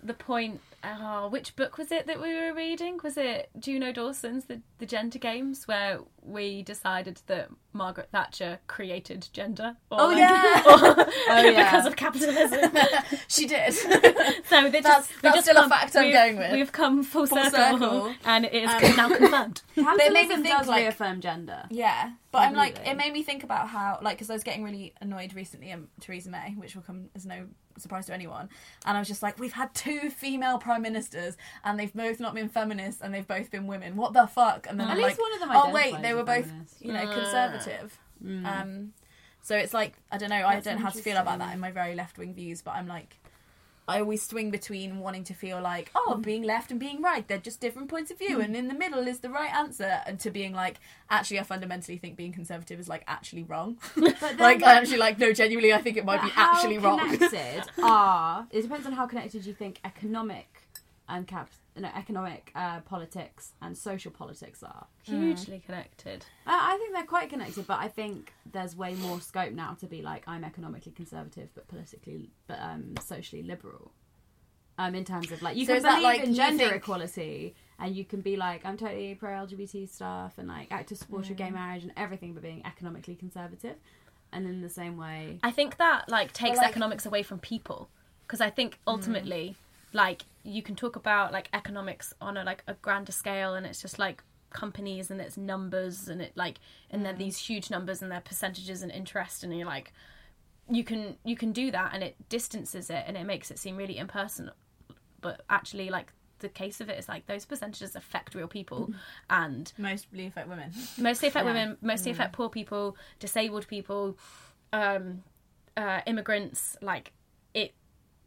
Speaker 3: the point? Uh, which book was it that we were reading? Was it Juno Dawson's the, the Gender Games, where we decided that Margaret Thatcher created gender? Or,
Speaker 4: Oh
Speaker 3: like,
Speaker 4: yeah,
Speaker 3: because of capitalism.
Speaker 4: she did.
Speaker 3: so they
Speaker 4: That's-
Speaker 3: just, they
Speaker 4: that's
Speaker 3: just
Speaker 4: still a
Speaker 3: come-
Speaker 4: fact I'm
Speaker 3: we've-
Speaker 4: going with.
Speaker 3: We've come full,
Speaker 4: Full
Speaker 3: circle,
Speaker 4: circle. Um,
Speaker 3: and it is now confirmed.
Speaker 5: Capitalism
Speaker 4: made me think,
Speaker 5: does
Speaker 4: like-
Speaker 5: reaffirm gender.
Speaker 4: Yeah, but I'm like,
Speaker 5: Really?
Speaker 4: it made me think about how, like, because I was getting really annoyed recently at Theresa May, which will come as no surprise to anyone. And I was just like, we've had two female prime ministers, and they've both not been feminists, and they've both been women. What the fuck? And then
Speaker 5: At
Speaker 4: I'm
Speaker 5: least
Speaker 4: like,
Speaker 5: one of them
Speaker 4: Oh
Speaker 5: identifies
Speaker 4: wait, they
Speaker 5: as
Speaker 4: were both,
Speaker 5: feminist. Mm.
Speaker 4: you know, conservative. Um, so it's like I don't know. I
Speaker 5: That's
Speaker 4: don't know how to feel about
Speaker 5: interesting.
Speaker 4: that in my very left wing views, but I'm like. I always swing between wanting to feel like, oh, being left and being right, they're just different points of view, and in the middle is the right answer, and to being like, actually, I fundamentally think being conservative is like actually wrong. like, I actually like, no, genuinely, I think it might
Speaker 5: But
Speaker 4: be actually
Speaker 5: how
Speaker 4: wrong.
Speaker 5: connected are it depends on how connected you think economic and cap no, economic uh, politics and social politics are.
Speaker 3: Hugely connected.
Speaker 5: Uh, I think they're quite connected, but I think there's way more scope now to be like I'm economically conservative, but politically, but um, socially liberal. Um, in terms of like you
Speaker 4: So
Speaker 5: can
Speaker 4: is that,
Speaker 5: believe
Speaker 4: like,
Speaker 5: in
Speaker 4: you
Speaker 5: gender
Speaker 4: think-
Speaker 5: equality and you can be like, I'm totally pro LGBT stuff and like active support
Speaker 4: Mm.
Speaker 5: of gay marriage and everything, but being economically conservative. And in the same way,
Speaker 3: I think that like takes
Speaker 4: like-
Speaker 3: economics away from people because I think ultimately like you can talk about like economics on a like a grander scale and it's just like companies and it's numbers and it like and they're these huge numbers and their percentages and interest and you're like you can you can do that and it distances it and it makes it seem really impersonal but actually like the case of it is like those percentages affect real people and
Speaker 4: Mostly affect women.
Speaker 3: mostly affect women, mostly affect poor people, disabled people, um, uh, immigrants. Like it,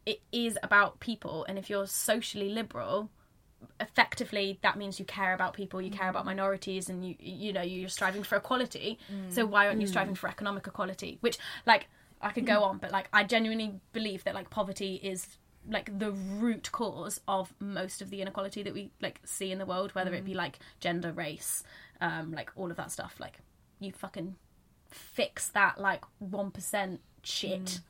Speaker 3: it is about people, and if you're socially liberal, effectively that means you care about people, you care about minorities, and you you know you're striving for equality. So why aren't you striving for economic equality? Which like I could go on, but like I genuinely believe that like poverty is like the root cause of most of the inequality that we like see in the world, whether it be like gender, race, um, like all of that stuff. Like you fucking fix that like one percent shit,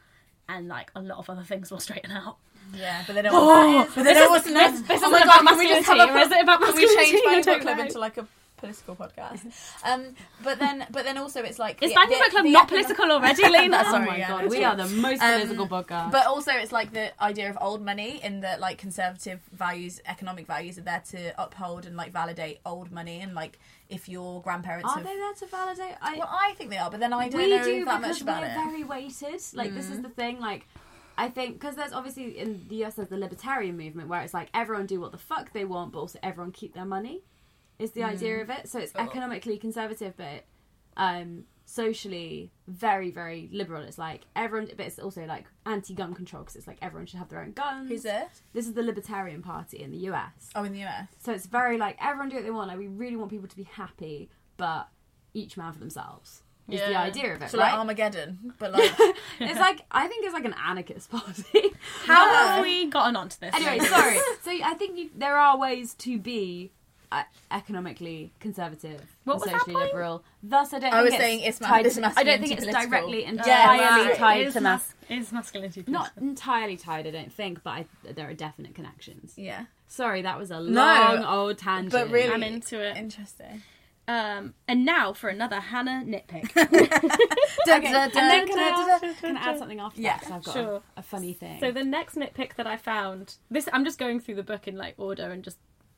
Speaker 3: and like a lot of other things will straighten out.
Speaker 4: Yeah, but they don't. want but they don't want to know. oh my god, can we just have a
Speaker 3: or is it about
Speaker 4: Can we
Speaker 3: masculinity? I
Speaker 4: change Banging
Speaker 3: don't
Speaker 4: Book Club
Speaker 3: know.
Speaker 4: into like a political podcast? Um, but then, but then also it's like
Speaker 3: Is
Speaker 4: the-
Speaker 3: Banging
Speaker 4: the-
Speaker 3: Book Club
Speaker 4: the
Speaker 3: not
Speaker 4: econo-
Speaker 3: political already, Lena?
Speaker 4: That's Sorry,
Speaker 5: oh my
Speaker 4: yeah,
Speaker 5: god,
Speaker 4: that's
Speaker 5: we
Speaker 4: true.
Speaker 5: are the most
Speaker 4: Um,
Speaker 5: political podcast.
Speaker 4: But also, it's like the idea of old money in that like conservative values, economic values are there to uphold and like validate old money. And like if your grandparents
Speaker 5: are
Speaker 4: have,
Speaker 5: they there to validate? I,
Speaker 4: well, I think they are, but then I don't
Speaker 5: we
Speaker 4: know
Speaker 5: do
Speaker 4: that
Speaker 5: because
Speaker 4: much about
Speaker 5: we're
Speaker 4: it. Mm.
Speaker 5: very weighted. Like this is the thing. Like I think because there's obviously in the US there's the libertarian movement where it's like everyone do what the fuck they want, but also everyone keep their money. Is the
Speaker 4: Mm.
Speaker 5: idea of it? So it's economically conservative, but um, socially very very liberal. It's like everyone, but it's also like anti-gun control because it's like everyone should have their own guns.
Speaker 4: Who's this?
Speaker 5: This is the Libertarian Party in the US.
Speaker 4: Oh, in the US.
Speaker 5: So it's very like everyone do what they want. Like we really want people to be happy, but each man for themselves is the
Speaker 3: Yeah.
Speaker 5: idea of it,
Speaker 4: So like
Speaker 5: right?
Speaker 4: Armageddon, but like
Speaker 5: it's like I think it's like an anarchist party.
Speaker 3: How have we gotten onto this?
Speaker 5: anyway, sorry. So I think you, there are ways to be uh, economically conservative,
Speaker 3: What
Speaker 5: and
Speaker 3: was that
Speaker 5: socially
Speaker 3: point?
Speaker 5: liberal. Thus, I don't.
Speaker 4: I
Speaker 5: think
Speaker 4: was
Speaker 5: it's
Speaker 4: saying it's ma-
Speaker 5: tied
Speaker 4: it's
Speaker 5: to, I don't
Speaker 4: masculinity
Speaker 5: think it's
Speaker 4: political.
Speaker 5: directly entirely
Speaker 4: right.
Speaker 5: tied
Speaker 3: is,
Speaker 5: to
Speaker 3: mas-
Speaker 5: mas-
Speaker 3: is masculinity
Speaker 5: Not entirely tied, I don't think, but I, there are definite connections.
Speaker 4: yeah,
Speaker 5: Sorry, that was a long old tangent.
Speaker 4: but really
Speaker 3: I'm into it.
Speaker 4: Interesting.
Speaker 3: Um, and now for another Hannah nitpick.
Speaker 4: Okay.
Speaker 5: and then can I, add, can I add something after
Speaker 4: Yeah,
Speaker 5: that? 'Cause I've got
Speaker 3: sure.
Speaker 5: a, a funny thing.
Speaker 3: so the next nitpick that I found, this I'm just going through the book in like order and just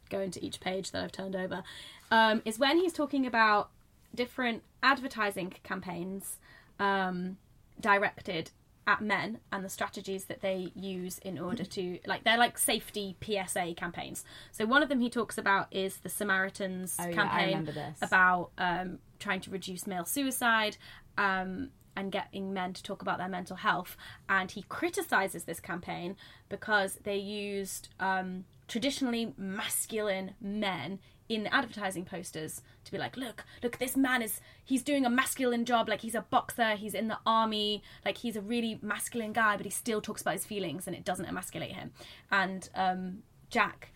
Speaker 3: going to each page that I've turned over, um, is when he's talking about different advertising campaigns um, directed at men and the strategies that they use in order to like they're like safety PSA campaigns. So one of them he talks about is the Samaritans
Speaker 5: Oh, yeah, I
Speaker 3: campaign
Speaker 5: remember this.
Speaker 3: about um, trying to reduce male suicide um, and getting men to talk about their mental health. And he criticizes this campaign because they used um, traditionally masculine men in advertising posters to be like, look, look, this man is, he's doing a masculine job. Like, he's a boxer, he's in the army, like, he's a really masculine guy, but he still talks about his feelings and it doesn't emasculate him. And um, Jack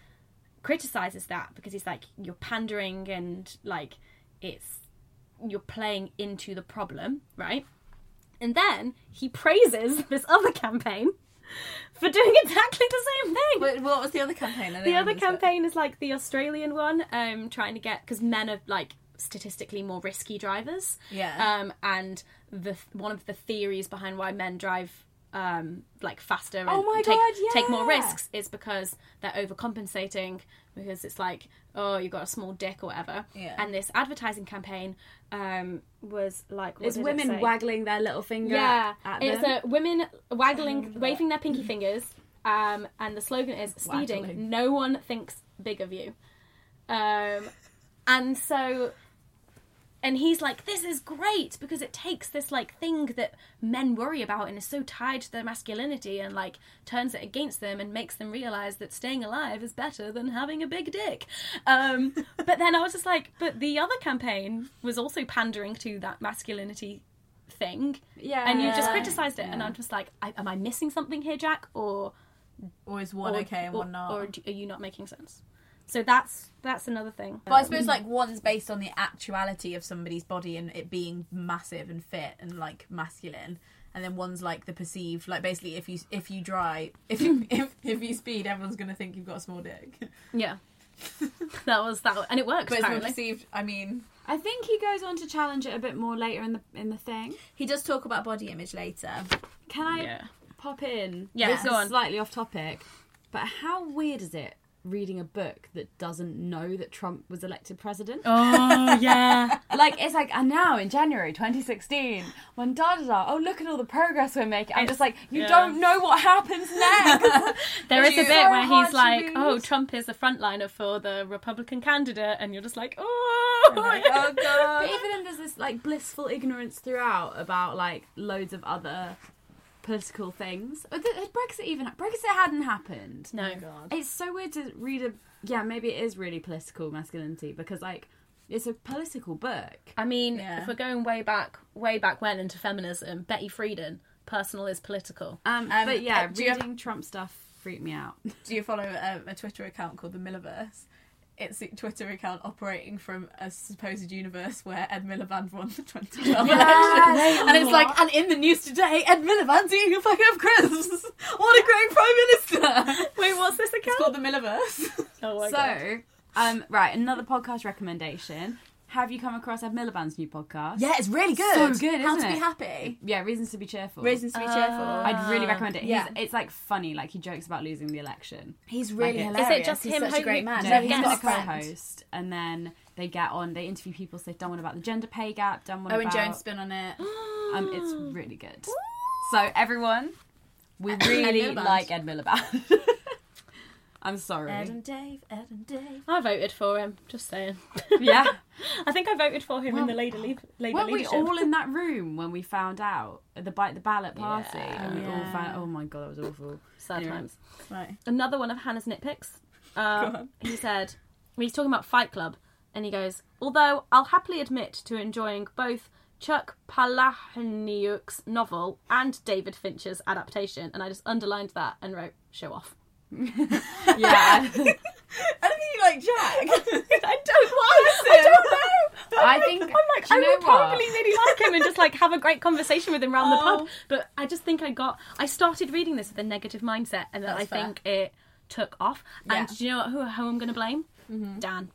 Speaker 3: criticizes that because he's like you're pandering and like it's you're playing into the problem right and then he praises this other campaign for doing exactly the same thing
Speaker 4: Wait, what was the other campaign? I don't
Speaker 3: the other
Speaker 4: remember this bit.
Speaker 3: campaign is like the Australian one, um, trying to get because men are like statistically more risky drivers.
Speaker 4: Yeah.
Speaker 3: Um, and the one of the theories behind why men drive um like faster and
Speaker 5: Oh my
Speaker 3: take,
Speaker 5: God,
Speaker 3: take more
Speaker 5: yeah.
Speaker 3: risks is because they're overcompensating because it's like oh you've got a small dick or whatever
Speaker 4: Yeah.
Speaker 3: and this advertising campaign um was like what
Speaker 5: it's
Speaker 3: did it
Speaker 5: women
Speaker 3: say?
Speaker 5: waggling their little finger.
Speaker 3: Yeah,
Speaker 5: at
Speaker 3: it's
Speaker 5: them.
Speaker 3: uh, women waggling, waving their pinky fingers, um, and the slogan is "Speeding,
Speaker 5: Waggling.
Speaker 3: no one thinks big of you." Um, and so, and he's like, "This is great because it takes this like thing that men worry about and is so tied to their masculinity and like turns it against them and makes them realize that staying alive is better than having a big dick." Um, but then I was just like, "But the other campaign was also pandering to that masculinity." thing
Speaker 5: yeah,
Speaker 3: and you just
Speaker 5: yeah.
Speaker 3: criticised it, and I'm just like, I, am I missing something here, Jack, or
Speaker 4: Or is one
Speaker 3: or,
Speaker 4: okay and
Speaker 3: or,
Speaker 4: one not?
Speaker 3: or do- are you not making sense? So that's that's another thing.
Speaker 4: But I suppose like one's based on the actuality of somebody's body and it being massive and fit and like masculine, and then one's like the perceived like basically if you if you drive if you if, if you speed everyone's gonna think you've got a small dick.
Speaker 3: yeah, That was that, and it works.
Speaker 4: But it's not
Speaker 3: Apparently,
Speaker 4: perceived. I mean,
Speaker 5: I think he goes on to challenge it a bit more later in the in the thing.
Speaker 4: he does talk about body image later.
Speaker 5: Can I
Speaker 3: Yeah.
Speaker 5: pop in?
Speaker 3: Yeah,
Speaker 5: this
Speaker 3: go
Speaker 5: is
Speaker 3: on.
Speaker 5: slightly off topic, but how weird is it reading a book that doesn't know that Trump was elected president?
Speaker 3: oh yeah,
Speaker 5: Like it's like, and now in January 2016, when da da da, oh look at all the progress we're making. I'm just like, you
Speaker 3: yeah.
Speaker 5: don't know what happens next.
Speaker 3: there is a
Speaker 5: You-
Speaker 3: bit
Speaker 5: so
Speaker 3: where
Speaker 5: hard
Speaker 3: he's
Speaker 5: to
Speaker 3: like,
Speaker 5: read.
Speaker 3: "Oh, Trump is the frontliner for the Republican candidate," and you're just like, "Oh,
Speaker 4: oh
Speaker 5: but
Speaker 4: god.
Speaker 5: even then, there's this like blissful ignorance throughout about like loads of other political things. Or Oh, th- Had Brexit even Brexit hadn't happened?
Speaker 3: no."
Speaker 5: It's so weird to read a yeah, maybe it is really political masculinity because like it's a political book.
Speaker 3: I mean,
Speaker 4: Yeah.
Speaker 3: if we're going way back, way back when into feminism, Betty Friedan, personal is political.
Speaker 5: Um,
Speaker 4: Um,
Speaker 5: but yeah,
Speaker 4: uh, do you have-
Speaker 5: reading Trump stuff freaked me out.
Speaker 4: Do you follow a, a Twitter account called the Milliverse? It's a Twitter account operating from a supposed universe where Ed Miliband won the 2012 election. And it's like, and in the news today, Ed Miliband's eating a packet of crisps. What a great Prime Minister!
Speaker 3: Wait, what's this
Speaker 4: It's
Speaker 3: account?
Speaker 4: called the Milliverse.
Speaker 3: Oh my god.
Speaker 5: so, um, right, another podcast recommendation. Have you come across Ed Miliband's new podcast?
Speaker 4: Yeah, it's really
Speaker 5: good. So good,
Speaker 4: How to
Speaker 5: isn't it? Uh,
Speaker 4: be happy.
Speaker 5: Yeah, reasons to be cheerful.
Speaker 4: Reasons to be cheerful.
Speaker 5: I'd really recommend it. He's,
Speaker 4: Yeah.
Speaker 5: it's like funny, like he jokes about losing the election.
Speaker 4: He's really
Speaker 5: Like it. Is it
Speaker 4: hilarious.
Speaker 3: just
Speaker 4: He's
Speaker 3: him
Speaker 4: such a
Speaker 3: who-
Speaker 4: great man.
Speaker 5: No,
Speaker 3: Yeah,
Speaker 5: he's
Speaker 3: yes.
Speaker 5: got a
Speaker 4: friend.
Speaker 5: co-host, and then they get on. They interview people. So they've done one about the gender pay gap. Done one.
Speaker 4: Owen
Speaker 5: about,
Speaker 4: Oh, Jones spin on it.
Speaker 5: Um, it's really good. So everyone, we really
Speaker 4: Miliband.
Speaker 5: like Ed Miliband. I'm sorry.
Speaker 4: Ed and Dave, Ed and Dave.
Speaker 3: I voted for him. Just saying.
Speaker 5: yeah.
Speaker 3: I think I voted for him in the Labour, lead- Labour
Speaker 5: Weren't we
Speaker 3: leadership.
Speaker 5: all in that room when we found out at the bite the ballot party?
Speaker 3: Yeah.
Speaker 5: And we all
Speaker 4: Yeah.
Speaker 5: found. Oh my god, that was awful.
Speaker 3: Sad
Speaker 5: Anyway.
Speaker 3: times.
Speaker 4: Right.
Speaker 3: Another one of Hannah's nitpicks. Um, he said, when he's talking about Fight Club, and he goes, although I'll happily admit to enjoying both Chuck Palahniuk's novel and David Fincher's adaptation, and I just underlined that and wrote, show off.
Speaker 5: Yeah. I-
Speaker 4: I don't think you like Jack.
Speaker 3: I don't want I don't know.
Speaker 5: I think.
Speaker 3: I'm like,
Speaker 5: do
Speaker 3: I
Speaker 5: you know
Speaker 3: would probably
Speaker 5: what?
Speaker 3: really like him and just like have a great conversation with him around the
Speaker 4: Oh.
Speaker 3: pub. But I just think I got, I started reading this with a negative mindset and then
Speaker 4: That's
Speaker 3: I
Speaker 4: fair.
Speaker 3: think it took off. And
Speaker 4: Yeah. Mm-hmm.
Speaker 3: do you know who, who I'm going to blame? Dan.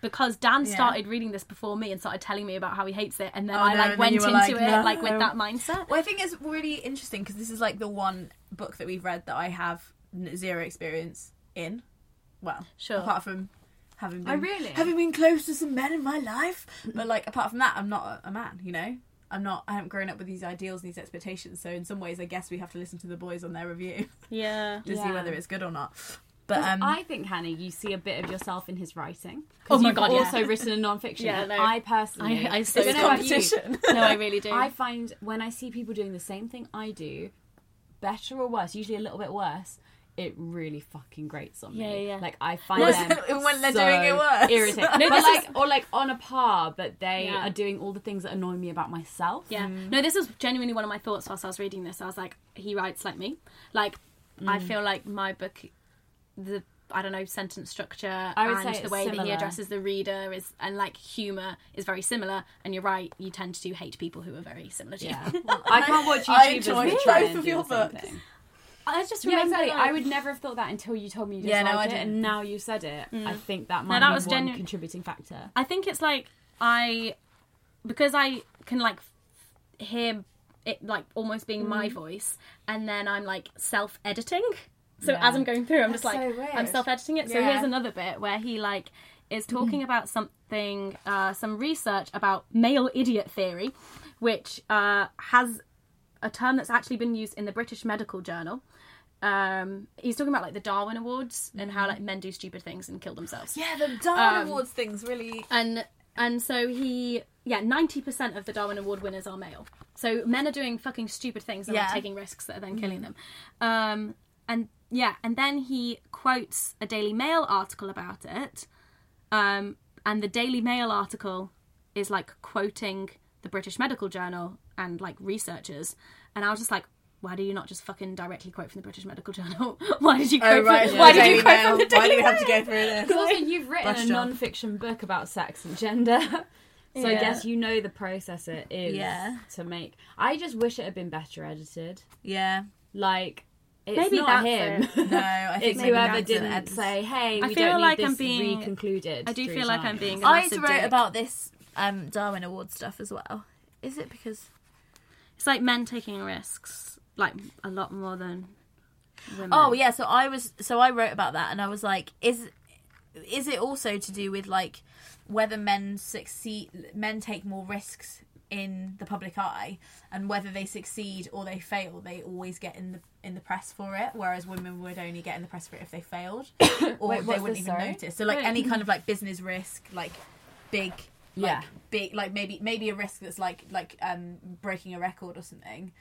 Speaker 3: Because Dan started reading this before me and started telling me about how he hates it, and then
Speaker 4: Oh,
Speaker 3: I
Speaker 4: no,
Speaker 3: like
Speaker 4: and then
Speaker 3: went
Speaker 4: you were
Speaker 3: into
Speaker 4: like,
Speaker 3: it
Speaker 4: no.
Speaker 3: like with that mindset.
Speaker 4: Well, I think it's really interesting because this is like the one book that we've read that I have n- zero experience in. Well,
Speaker 3: Sure.
Speaker 4: Apart from having been,
Speaker 5: Oh, really?
Speaker 4: having been close to some men in my life, but like apart from that, I'm not a, a man. You know, I'm not. I haven't grown up with these ideals and these expectations. So in some ways, I guess we have to listen to the boys on their review
Speaker 3: Yeah.
Speaker 4: to see
Speaker 5: Yeah.
Speaker 4: whether it's good or not. But um,
Speaker 5: I think, Hannah, you see a bit of yourself in his writing.
Speaker 3: Oh
Speaker 5: Because
Speaker 3: my
Speaker 5: you've
Speaker 3: God, yeah.
Speaker 5: also written a non-fiction.
Speaker 3: Yeah,
Speaker 5: but
Speaker 3: no.
Speaker 5: I personally,
Speaker 3: I- I so
Speaker 5: don't know about you,
Speaker 4: competition.
Speaker 3: No, I really do.
Speaker 5: I find when I see people doing the same thing I do, better or worse, usually a little bit worse, it really fucking grates on me.
Speaker 3: Yeah, yeah.
Speaker 5: Like I find
Speaker 4: Well,
Speaker 5: them
Speaker 4: when they're
Speaker 5: so
Speaker 4: doing it worse.
Speaker 5: irritating.
Speaker 3: No,
Speaker 5: but
Speaker 3: this
Speaker 5: like, or like on a par, but they
Speaker 3: Yeah.
Speaker 5: are doing all the things that annoy me about myself.
Speaker 3: Yeah. No, this was genuinely one of my thoughts whilst I was reading this. I was like, he writes like me. Like,
Speaker 5: Mm.
Speaker 3: I feel like my book, the I don't know sentence structure
Speaker 5: I would
Speaker 3: and
Speaker 5: say
Speaker 3: the
Speaker 5: it's
Speaker 3: way that he
Speaker 5: similar.
Speaker 3: addresses the reader is and like humor is very similar. And you're right, you tend to hate people who are very similar to
Speaker 5: Yeah.
Speaker 3: you.
Speaker 5: I can't watch YouTubers
Speaker 4: I enjoy
Speaker 5: that try
Speaker 4: both
Speaker 5: and
Speaker 4: of
Speaker 5: do
Speaker 4: your
Speaker 5: the same
Speaker 4: books.
Speaker 5: thing.
Speaker 3: I just
Speaker 5: Yeah,
Speaker 3: remember.
Speaker 5: exactly.
Speaker 3: like-
Speaker 5: I would never have thought that until you told me you
Speaker 4: Yeah,
Speaker 5: disliked
Speaker 4: no, I
Speaker 5: it,
Speaker 4: didn't.
Speaker 5: and now you said it. I think that might
Speaker 3: that
Speaker 5: be
Speaker 3: was
Speaker 5: one
Speaker 3: genu-
Speaker 5: contributing factor.
Speaker 3: I think it's like I because I can like f- hear it like almost being
Speaker 4: Mm-hmm.
Speaker 3: my voice and then I'm like self editing. So
Speaker 5: Yeah.
Speaker 3: as I'm going through I'm just
Speaker 4: That's
Speaker 3: like
Speaker 4: so
Speaker 3: I'm
Speaker 4: weird.
Speaker 3: self editing it. So
Speaker 4: Yeah. Mm-hmm.
Speaker 3: here's another bit where he like is talking about something uh some research about male idiot theory which uh has a term that's actually been used in the British Medical Journal. Um, he's talking about like the Darwin Awards and
Speaker 4: Mm-hmm.
Speaker 3: how like men do stupid things and kill themselves.
Speaker 4: yeah, the Darwin
Speaker 3: Um,
Speaker 4: Awards things really.
Speaker 3: and and so he yeah 90% of the darwin award winners are male so men are doing fucking stupid things and
Speaker 4: Yeah. Mm-hmm.
Speaker 3: are taking risks that are then killing them um and yeah and then he quotes a daily mail article about it um and the daily mail article is like quoting the british medical journal and like researchers and i was just like why do you not just fucking directly quote from the British Medical Journal? Why did
Speaker 4: Oh,
Speaker 3: you quote? from, Oh, why did you quote from the Daily
Speaker 4: Why do we
Speaker 3: Mail?
Speaker 4: have to go through this?
Speaker 5: Because also you've written
Speaker 4: Bus
Speaker 5: a
Speaker 4: job.
Speaker 5: non-fiction book about sex and gender. So I
Speaker 4: Yeah.
Speaker 5: guess you know the process it is
Speaker 4: Yeah.
Speaker 5: to make. I just wish it had been better edited.
Speaker 4: Yeah.
Speaker 5: Like It's
Speaker 3: Maybe
Speaker 5: not
Speaker 3: that's
Speaker 5: him.
Speaker 4: No, I think
Speaker 5: it's
Speaker 4: maybe
Speaker 5: whoever
Speaker 4: that's
Speaker 5: didn't
Speaker 4: an-
Speaker 5: say, "Hey,
Speaker 3: I
Speaker 5: we
Speaker 3: feel
Speaker 5: don't
Speaker 3: like
Speaker 5: need
Speaker 3: I'm
Speaker 5: this
Speaker 3: being-
Speaker 5: reconcluded."
Speaker 3: I do
Speaker 5: through
Speaker 3: feel like
Speaker 5: science."
Speaker 3: I'm being a
Speaker 4: I
Speaker 3: massive
Speaker 4: wrote
Speaker 3: dick.
Speaker 4: about this um, Darwin Award stuff as well. Is it because?
Speaker 3: It's like men taking risks, like a lot more than women.
Speaker 4: Oh yeah, so I was so I wrote about that, and I was like, is is it also to do with like whether men succeed, men take more risks in the public eye, and whether they succeed or they fail, they always get in the in the press for it, whereas women would only get in the press for it if they failed, or
Speaker 5: Wait,
Speaker 4: they
Speaker 5: what's
Speaker 4: wouldn't
Speaker 5: this,
Speaker 4: even
Speaker 5: sorry?
Speaker 4: notice. So like any kind of like business risk, like big. Like,
Speaker 5: Yeah.
Speaker 4: big like maybe maybe a risk that's like like um breaking a record or something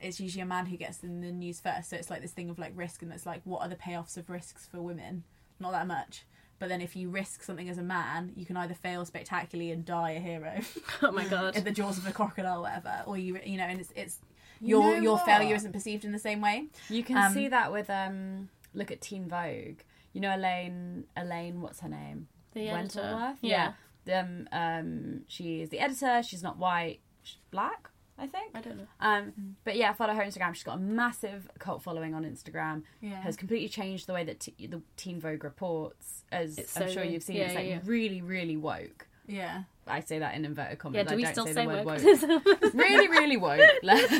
Speaker 4: it's usually a man who gets in the news first. So it's like this thing of like risk, and it's like what are the payoffs of risks for women? Not that much. But then if you risk something as a man, you can either fail spectacularly and die a hero
Speaker 3: Oh my god.
Speaker 4: in the jaws of a crocodile, or whatever, or you you know, and it's it's your
Speaker 5: know
Speaker 4: your
Speaker 5: what?
Speaker 4: failure isn't perceived in the same way.
Speaker 5: You can
Speaker 4: Um,
Speaker 5: see that with um, look at Teen Vogue. You know Elaine. Elaine, what's her name?
Speaker 3: The editor.
Speaker 5: Wentworth.
Speaker 3: Yeah.
Speaker 5: Um, um, she's the editor. She's not white. She's black, I think.
Speaker 3: I don't know. Mm.
Speaker 5: Um, but yeah, follow her Instagram. She's got a massive cult following on Instagram.
Speaker 4: Yeah.
Speaker 5: Has completely changed the way that t- the Teen Vogue reports. As
Speaker 3: It's
Speaker 5: I'm
Speaker 3: so
Speaker 5: sure
Speaker 3: good.
Speaker 5: you've seen,
Speaker 3: Yeah,
Speaker 5: it's
Speaker 3: yeah,
Speaker 5: like
Speaker 3: yeah.
Speaker 5: really, really woke.
Speaker 4: Yeah,
Speaker 5: I say that in inverted commas.
Speaker 3: Yeah, do
Speaker 5: I
Speaker 3: we
Speaker 5: don't
Speaker 3: still
Speaker 5: say,
Speaker 3: say
Speaker 5: the word
Speaker 3: woke?
Speaker 5: woke. really, really woke. Like,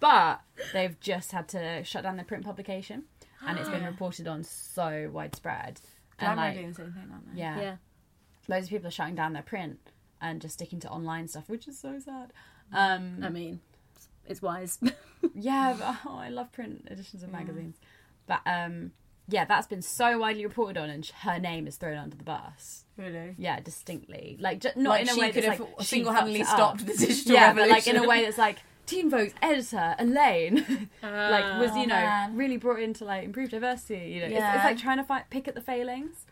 Speaker 5: but they've just had to shut down their print publication, and it's been reported on so widespread.
Speaker 4: I'm
Speaker 5: And like,
Speaker 4: doing the same thing, aren't I?
Speaker 5: yeah,
Speaker 3: Yeah.
Speaker 5: loads of people are shutting down their print and just sticking to online stuff, which is so sad. Um,
Speaker 3: I mean, it's wise.
Speaker 5: yeah, but, oh, I love print editions of magazines. But um, yeah, that's been so widely reported on, and sh- her name is thrown under the bus.
Speaker 4: Really.
Speaker 5: Yeah, distinctly. Like, ju- not
Speaker 4: like
Speaker 5: in a
Speaker 4: she
Speaker 5: way
Speaker 4: could
Speaker 5: that's
Speaker 4: have
Speaker 5: like, she
Speaker 4: single-handedly
Speaker 5: fucked it up
Speaker 4: stopped the digital
Speaker 5: yeah, but
Speaker 4: revolution.
Speaker 5: like in a way that's like Teen Vogue's editor Elaine, like was you know
Speaker 4: Oh, man.
Speaker 5: really brought in to like improve diversity. You know, it's,
Speaker 4: Yeah.
Speaker 5: it's like trying to fight, pick at the failings.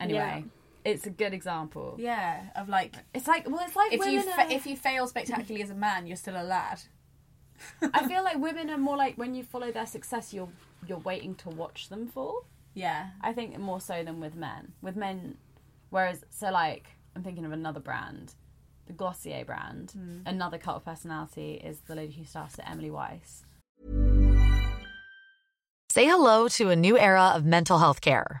Speaker 5: Anyway, it's a good example.
Speaker 4: yeah, of like
Speaker 5: It's like well, it's like
Speaker 4: if
Speaker 5: women.
Speaker 4: you fa-
Speaker 5: are,
Speaker 4: if you fail spectacularly as a man, you're still a lad.
Speaker 5: I feel like women are more like when you follow their success, you're you're waiting to watch them fall.
Speaker 4: Yeah,
Speaker 5: I think more so than with men. With men, whereas so like I'm thinking of another brand, the Glossier brand.
Speaker 4: Hmm.
Speaker 5: Another cult of personality is the lady who started it, Emily Weiss.
Speaker 6: Say hello to a new era of mental health care.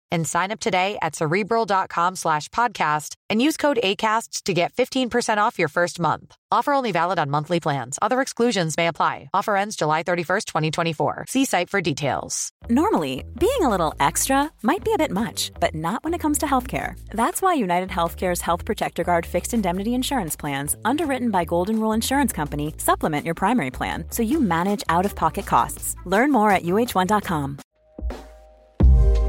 Speaker 6: and sign up today at cerebral.com slash podcast and use code ACAST to get 15% off your first month. Offer only valid on monthly plans. Other exclusions may apply. Offer ends July 31st, 2024. See site for details.
Speaker 2: Normally, being a little extra might be a bit much, but not when it comes to healthcare. That's why United Healthcare's Health Protector Guard fixed indemnity insurance plans, underwritten by Golden Rule Insurance Company, supplement your primary plan so you manage out of pocket costs. Learn more at uh1.com.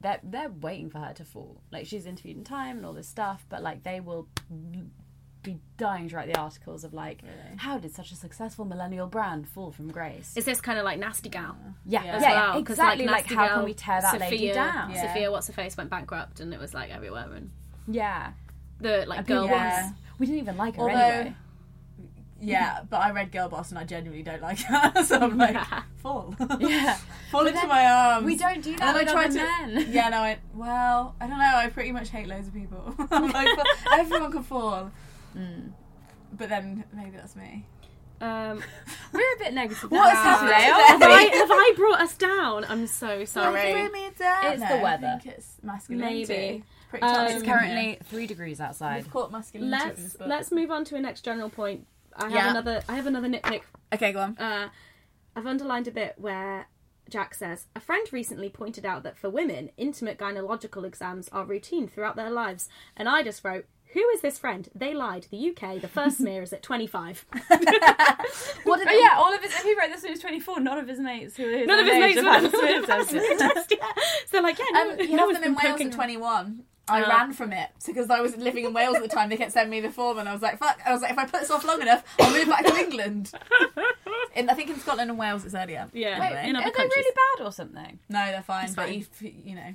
Speaker 5: they're they're waiting for her to fall. Like she's interviewed in time and all this stuff, but like they will be dying to write the articles of like, how did such a successful millennial brand fall from grace?
Speaker 3: Is this kind of like nasty gal?
Speaker 5: yeah, yeah,
Speaker 3: As
Speaker 5: yeah,
Speaker 3: well, 'cause,
Speaker 5: exactly. Like,
Speaker 3: Nasty
Speaker 5: how
Speaker 3: Gal,
Speaker 5: can we tear that
Speaker 3: Sophia,
Speaker 5: lady down? Yeah,
Speaker 4: Yeah.
Speaker 3: Sophia, what's her face, went bankrupt, and it was like everywhere, and the like
Speaker 5: And people
Speaker 3: girl
Speaker 5: were
Speaker 4: Yeah.
Speaker 5: just- we didn't even like her
Speaker 4: Although-
Speaker 5: anyway.
Speaker 4: Yeah, but I read Girl Boss and I genuinely don't like her, so I'm like, fall,
Speaker 5: Yeah,
Speaker 4: fall into
Speaker 5: then
Speaker 4: my arms.
Speaker 5: we don't do that
Speaker 4: um, And then
Speaker 5: with
Speaker 4: I tried
Speaker 5: other
Speaker 4: to,
Speaker 5: men.
Speaker 4: Yeah, no, I well, I don't know. I pretty much hate loads of people.
Speaker 5: Mm.
Speaker 4: I'm like, well, everyone can fall, but then maybe that's me.
Speaker 3: Um,
Speaker 5: We're a bit negative.
Speaker 4: What has
Speaker 5: now.
Speaker 4: happened
Speaker 3: have, I,
Speaker 4: today?
Speaker 3: have I brought us down? I'm so sorry.
Speaker 4: Bring me down.
Speaker 5: It's the weather.
Speaker 4: I think it's masculinity.
Speaker 3: Maybe.
Speaker 4: Pretty toxic,
Speaker 3: Um,
Speaker 4: isn't
Speaker 3: It's
Speaker 4: it?
Speaker 3: currently
Speaker 7: currently three degrees outside.
Speaker 4: We've caught masculinity. in this
Speaker 3: Let's
Speaker 4: book.
Speaker 3: let's move on to a next general point. I have
Speaker 4: Yeah.
Speaker 3: another. I have another nitpick
Speaker 4: Okay, go on.
Speaker 3: uh, I've underlined a bit where Jack says, A friend recently pointed out that for women, intimate gynecological exams are routine throughout their lives. And I just wrote, Who is this friend? They lied. The UK, the first smear is at 25.
Speaker 5: What did Oh, yeah, all of his. If he wrote this when he was 24, none of his mates who were his
Speaker 3: None of
Speaker 5: own
Speaker 3: his
Speaker 5: age
Speaker 3: mates
Speaker 5: have
Speaker 3: were-
Speaker 5: had smear tests yet.
Speaker 3: Just, yeah. So, like, yeah, no,
Speaker 4: Um, you
Speaker 3: no
Speaker 4: have
Speaker 3: one's
Speaker 4: them in
Speaker 3: been
Speaker 4: Wales in
Speaker 3: poking Oh.
Speaker 4: 21. I ran from it because I was living in Wales at the time. They kept sending me the form, and I was like, "Fuck!" I was like, "If I put this off long enough, I'll move back to England." in, I think in Scotland and Wales it's earlier.
Speaker 3: Yeah,
Speaker 4: Anyway.
Speaker 3: in other
Speaker 5: Are they
Speaker 3: countries.
Speaker 5: really bad or something?
Speaker 4: no, they're fine.
Speaker 3: It's
Speaker 4: but
Speaker 3: fine.
Speaker 4: you, you know,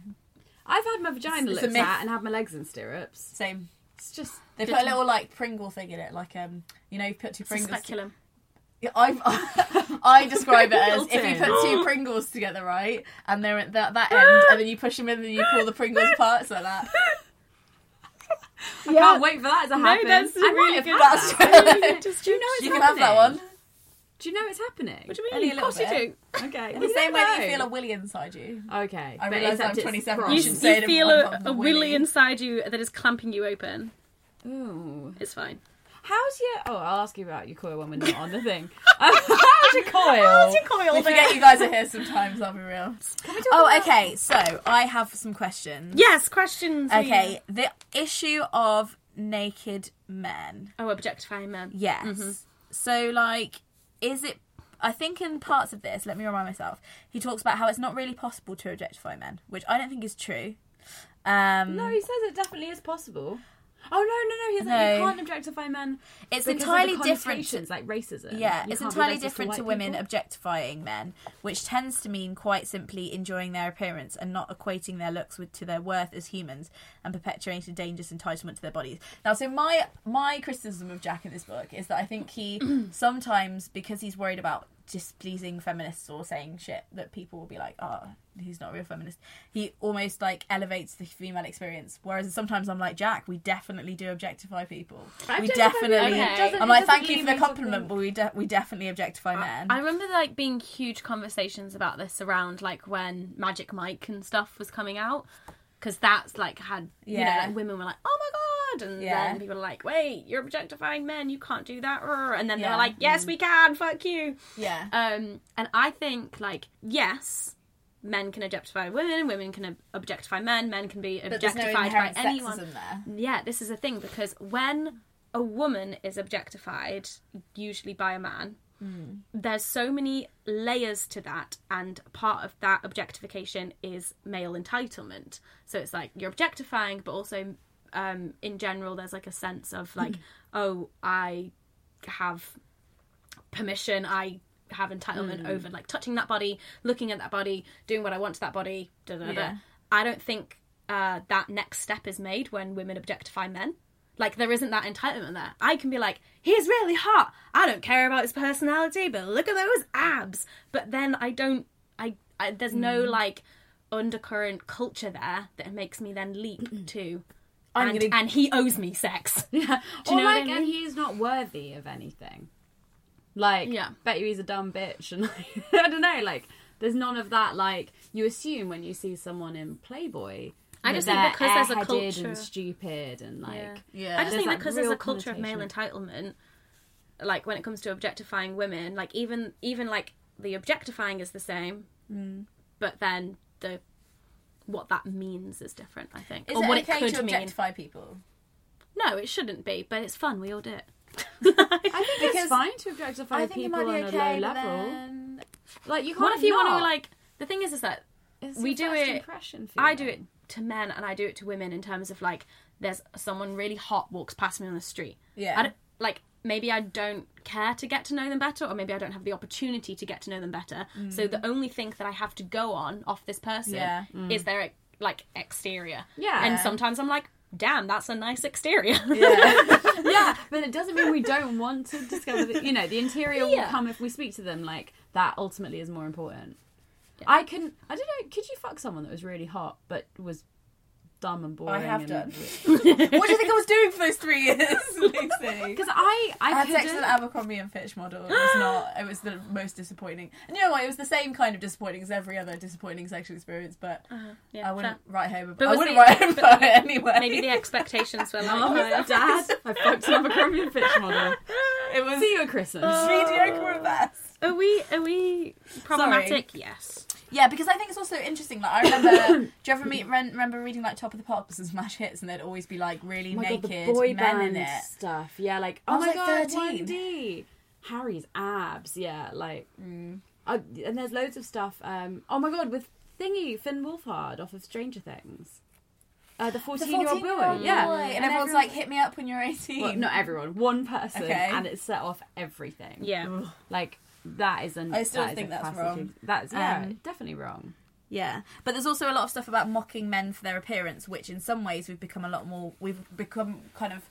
Speaker 5: I've had my vagina
Speaker 4: It's a
Speaker 5: looked
Speaker 4: myth.
Speaker 5: at and had my legs in stirrups.
Speaker 4: same.
Speaker 5: It's just.
Speaker 4: They put a little like Pringle thing in it, like um, you know, you put two
Speaker 3: It's a
Speaker 4: Pringles.
Speaker 3: speculum.
Speaker 4: Yeah, I I describe it as if you
Speaker 5: Pringleton.
Speaker 4: put two Pringles together, right, and they're at that, that end, and then you push them in, and then you pull the Pringles apart it's like that.
Speaker 5: I can't wait for that to happen.
Speaker 3: that's
Speaker 5: I
Speaker 3: a
Speaker 5: might
Speaker 3: really
Speaker 5: have
Speaker 3: good-
Speaker 5: had
Speaker 4: That's
Speaker 5: that. Do you know it's
Speaker 4: you can have that
Speaker 5: happening?
Speaker 4: one.
Speaker 5: Do you know it's happening?
Speaker 3: What do you
Speaker 4: Only
Speaker 3: mean?
Speaker 4: a
Speaker 3: Of course
Speaker 4: little
Speaker 3: you do.
Speaker 5: Okay.
Speaker 4: The
Speaker 5: you
Speaker 4: same way
Speaker 5: never
Speaker 4: that you feel
Speaker 5: know.
Speaker 4: a willy inside you.
Speaker 5: Okay.
Speaker 4: I
Speaker 5: but
Speaker 4: realise
Speaker 5: except
Speaker 4: I'm
Speaker 5: it's
Speaker 4: 27, I
Speaker 5: crossed.
Speaker 3: You,
Speaker 4: shouldn't say it
Speaker 3: you
Speaker 4: in
Speaker 3: feel
Speaker 4: one
Speaker 3: a,
Speaker 4: pub,
Speaker 3: a
Speaker 4: the
Speaker 3: willy
Speaker 4: willy.
Speaker 3: inside you that is clamping you open.
Speaker 5: Ooh.
Speaker 3: It's fine.
Speaker 5: How's your? Oh, I'll ask you about your coil when we're not on the thing. How's your coil? How's your coil?
Speaker 4: We forget you guys are here sometimes. I'll be real. Oh, okay. So I have some questions.
Speaker 3: Yes, questions. we-
Speaker 4: Okay, the issue of naked men.
Speaker 3: Oh, objectifying men.
Speaker 4: Yes.
Speaker 5: Mm-hmm.
Speaker 4: So, like, is it? I think in parts of this, let me remind myself. He talks about how it's not really possible to objectify men, which I don't think is true. Um,
Speaker 5: No, he says it definitely is possible. Oh no, no, no! He's like you
Speaker 4: No.
Speaker 5: can't objectify men.
Speaker 4: It's
Speaker 5: because of the
Speaker 4: entirely different to-
Speaker 5: connotations, like racism.
Speaker 4: Yeah,
Speaker 5: You
Speaker 4: it's
Speaker 5: can't be
Speaker 4: entirely
Speaker 5: racist
Speaker 4: different
Speaker 5: white
Speaker 4: to women
Speaker 5: people.
Speaker 4: objectifying men, which tends to mean quite simply enjoying their appearance and not equating their looks with to their worth as humans and perpetuating dangerous entitlement to their bodies. Now, so my my criticism of Jack in this book is that I think he sometimes because he's worried about displeasing feminists or saying shit that people will be like, oh, he's not a real feminist. He almost like elevates the female experience. Whereas sometimes I'm like, Jack, we definitely do objectify people. We
Speaker 5: Objectifying-
Speaker 4: definitely.
Speaker 5: Okay. It doesn't-
Speaker 4: I'm
Speaker 5: it
Speaker 4: like,
Speaker 5: doesn't
Speaker 4: thank you for
Speaker 5: leave
Speaker 4: the
Speaker 5: me to
Speaker 4: compliment,
Speaker 5: think-
Speaker 4: but we de- we definitely objectify men.
Speaker 3: I remember there, like being huge conversations about this around like when Magic Mike and stuff was coming out because that's like had you know
Speaker 4: Yeah.
Speaker 3: like women were like oh my god and
Speaker 4: Yeah.
Speaker 3: then people were like wait you're objectifying men you can't do that rrr," and then they
Speaker 4: Yeah.
Speaker 3: were like yes we can fuck you
Speaker 4: yeah,
Speaker 3: um and I think like yes men can objectify women women can ob- objectify men men can be
Speaker 4: but there's no
Speaker 3: objectified by
Speaker 4: inherent
Speaker 3: anyone
Speaker 4: sexism there.
Speaker 3: yeah, this is a thing because when a woman is objectified, usually by a man, there's so many layers to that, and part of that objectification is male entitlement. So it's like you're objectifying, but also um, in general, there's like a sense of like, oh, I have permission, I have entitlement
Speaker 4: Hmm.
Speaker 3: over like touching that body, looking at that body, doing what I want to that body. Da, da, da.
Speaker 4: Yeah.
Speaker 3: I don't think uh, that next step is made when women objectify men. Like there isn't that entitlement there. I can be like, he's really hot. I don't care about his personality, but look at those abs. But then I don't. I, I there's no
Speaker 4: Hmm.
Speaker 3: like undercurrent culture there that makes me then leap to.
Speaker 4: I'm
Speaker 3: and,
Speaker 4: gonna-
Speaker 3: and he owes me sex.
Speaker 5: Yeah.
Speaker 3: Do you
Speaker 5: or
Speaker 3: know what I
Speaker 5: like, and
Speaker 3: mean?
Speaker 5: he's not worthy of anything. Like,
Speaker 3: Yeah.
Speaker 5: bet you he's a dumb bitch, and like, I don't know. Like, there's none of that. Like, you assume when you see someone in Playboy,
Speaker 3: I
Speaker 5: that
Speaker 3: just think
Speaker 5: they're
Speaker 3: because there's a
Speaker 5: airheaded
Speaker 3: culture-
Speaker 5: and stupid and like.
Speaker 4: Yeah.
Speaker 3: I just
Speaker 5: There's
Speaker 3: think that
Speaker 5: that
Speaker 3: because there's
Speaker 5: real
Speaker 3: a culture of male entitlement, like when it comes to objectifying women, like even even like the objectifying is the same, Mm. but then the what that means is different. I think,
Speaker 4: Is
Speaker 3: or
Speaker 4: it
Speaker 3: what
Speaker 4: okay
Speaker 3: it could
Speaker 4: to
Speaker 3: mean.
Speaker 4: objectify people?
Speaker 3: No, it shouldn't be, but it's fun. We all do it.
Speaker 5: I think
Speaker 4: Because
Speaker 5: it's fine to objectify people on a low
Speaker 4: but
Speaker 5: level.
Speaker 4: then-
Speaker 5: Like, you can't.
Speaker 3: What if you want
Speaker 5: not.
Speaker 3: to like? The thing is, is that
Speaker 5: It's
Speaker 3: we
Speaker 5: your
Speaker 3: do
Speaker 5: first
Speaker 3: it-
Speaker 5: Impression
Speaker 3: I do it
Speaker 5: feeling.
Speaker 3: to men and I do it to women in terms of like there's someone really hot walks past me on the street.
Speaker 4: Yeah.
Speaker 3: I don't- like maybe I don't care to get to know them better or maybe I don't have the opportunity to get to know them better. So the only thing that I have to go on off this person
Speaker 4: Yeah.
Speaker 3: is their like exterior.
Speaker 5: Yeah.
Speaker 3: And sometimes I'm like, damn, that's a nice exterior.
Speaker 5: yeah, but it doesn't mean we don't want to discover the, you know, the interior will
Speaker 3: Yeah.
Speaker 5: come if we speak to them. Like, that ultimately is more important. I can, I don't know, could you fuck someone that was really hot but was dumb and boring.
Speaker 4: have
Speaker 5: and
Speaker 4: done. what do you think I was doing for those three years, Lucy?
Speaker 5: Because I,
Speaker 4: I
Speaker 5: I,
Speaker 4: had
Speaker 5: couldn't.
Speaker 4: sex with an Abercrombie and Fitch model. It was not. It was the most disappointing. And you know what? It was the same kind of disappointing as every other disappointing sexual experience. But
Speaker 3: yeah,
Speaker 4: I wouldn't write home. About,
Speaker 3: Uh, But
Speaker 4: I
Speaker 3: was
Speaker 4: wouldn't
Speaker 3: the-
Speaker 4: write home
Speaker 3: but
Speaker 4: about it anyway.
Speaker 3: Maybe the expectations were like,
Speaker 5: Oh,
Speaker 3: higher.
Speaker 5: Dad, I fucked an Abercrombie and Fitch model.
Speaker 4: it was
Speaker 5: See you at Christmas.
Speaker 4: mediocre at best.
Speaker 3: Are we are we problematic? Yes.
Speaker 4: Yeah, because I think it's also interesting. Like I remember, do you ever meet, ren- remember reading like Top of the Pops and Smash Hits, and they'd always be like really
Speaker 5: Oh my God,
Speaker 4: naked
Speaker 5: the boy
Speaker 4: men
Speaker 5: band
Speaker 4: in it.
Speaker 5: stuff. Yeah, like oh
Speaker 4: I was,
Speaker 5: my
Speaker 4: like,
Speaker 5: god,
Speaker 4: 13.
Speaker 5: 1D. Harry's abs. Yeah, like
Speaker 4: Mm.
Speaker 5: I- and there's loads of stuff. Um, oh my god, with thingy Finn Wolfhard off of Stranger Things. Uh, the
Speaker 4: The
Speaker 5: fourteen-year-old boy.
Speaker 4: 14-year-old
Speaker 5: Yeah,
Speaker 4: boy. and, everyone's like, "Hit me up when you're 18.
Speaker 5: well, not everyone, one person,
Speaker 4: Okay.
Speaker 5: and it set off everything.
Speaker 3: Yeah.
Speaker 5: like that is an.
Speaker 4: I still
Speaker 5: that is
Speaker 4: think
Speaker 5: a
Speaker 4: that's
Speaker 5: classic
Speaker 4: wrong.
Speaker 5: ex- That's yeah,
Speaker 4: Um,
Speaker 5: definitely wrong.
Speaker 4: Yeah, but there's also a lot of stuff about mocking men for their appearance, which in some ways we've become a lot more. We've become kind of.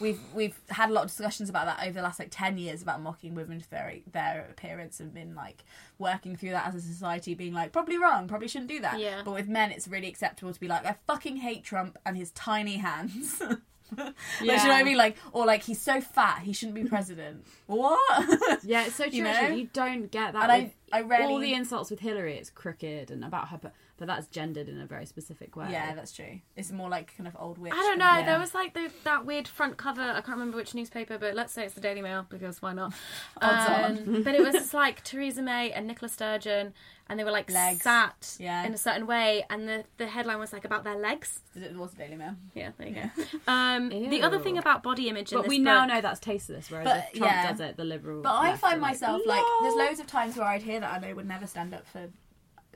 Speaker 4: We've we've had a lot of discussions about that over the last like ten years about mocking women for their, their appearance and been like working through that as a society, being like probably wrong, probably shouldn't do that.
Speaker 3: Yeah.
Speaker 4: But with men, it's really acceptable to be like I fucking hate Trump and his tiny hands. Like, do you know what I
Speaker 5: Yeah.
Speaker 4: mean? Like or like he's so fat, he shouldn't be president. what?
Speaker 5: Yeah, it's so true.
Speaker 4: You
Speaker 5: actually. You,
Speaker 4: know?
Speaker 5: don't get that.
Speaker 4: And I-
Speaker 5: with
Speaker 4: I
Speaker 5: all
Speaker 4: rarely-
Speaker 5: the insults with Hillary. It's crooked and about her, but, but that's gendered in a very specific way.
Speaker 4: yeah, that's true. It's more like kind of old witch.
Speaker 3: I don't know.
Speaker 4: kind of-
Speaker 3: There was like the, that weird front cover. I can't remember which newspaper, but let's say it's the Daily Mail because why not?
Speaker 4: Odds
Speaker 3: Um, but it was just like Theresa May and Nicola Sturgeon, and they were like
Speaker 4: Legs.
Speaker 3: sat
Speaker 4: Yeah.
Speaker 3: in a certain way, and the the headline was like about their legs.
Speaker 4: It was Daily Mail.
Speaker 3: Yeah, there you go. Um, the other thing about body image, in
Speaker 5: But
Speaker 3: this
Speaker 5: we now
Speaker 3: book-
Speaker 5: know that's tasteless, whereas
Speaker 4: But,
Speaker 5: if Trump
Speaker 4: yeah.
Speaker 5: does it, the liberal.
Speaker 4: But I
Speaker 5: left
Speaker 4: find
Speaker 5: are like,
Speaker 4: myself like there's
Speaker 5: "No."
Speaker 4: loads of times where I'd hear that and I would never stand up for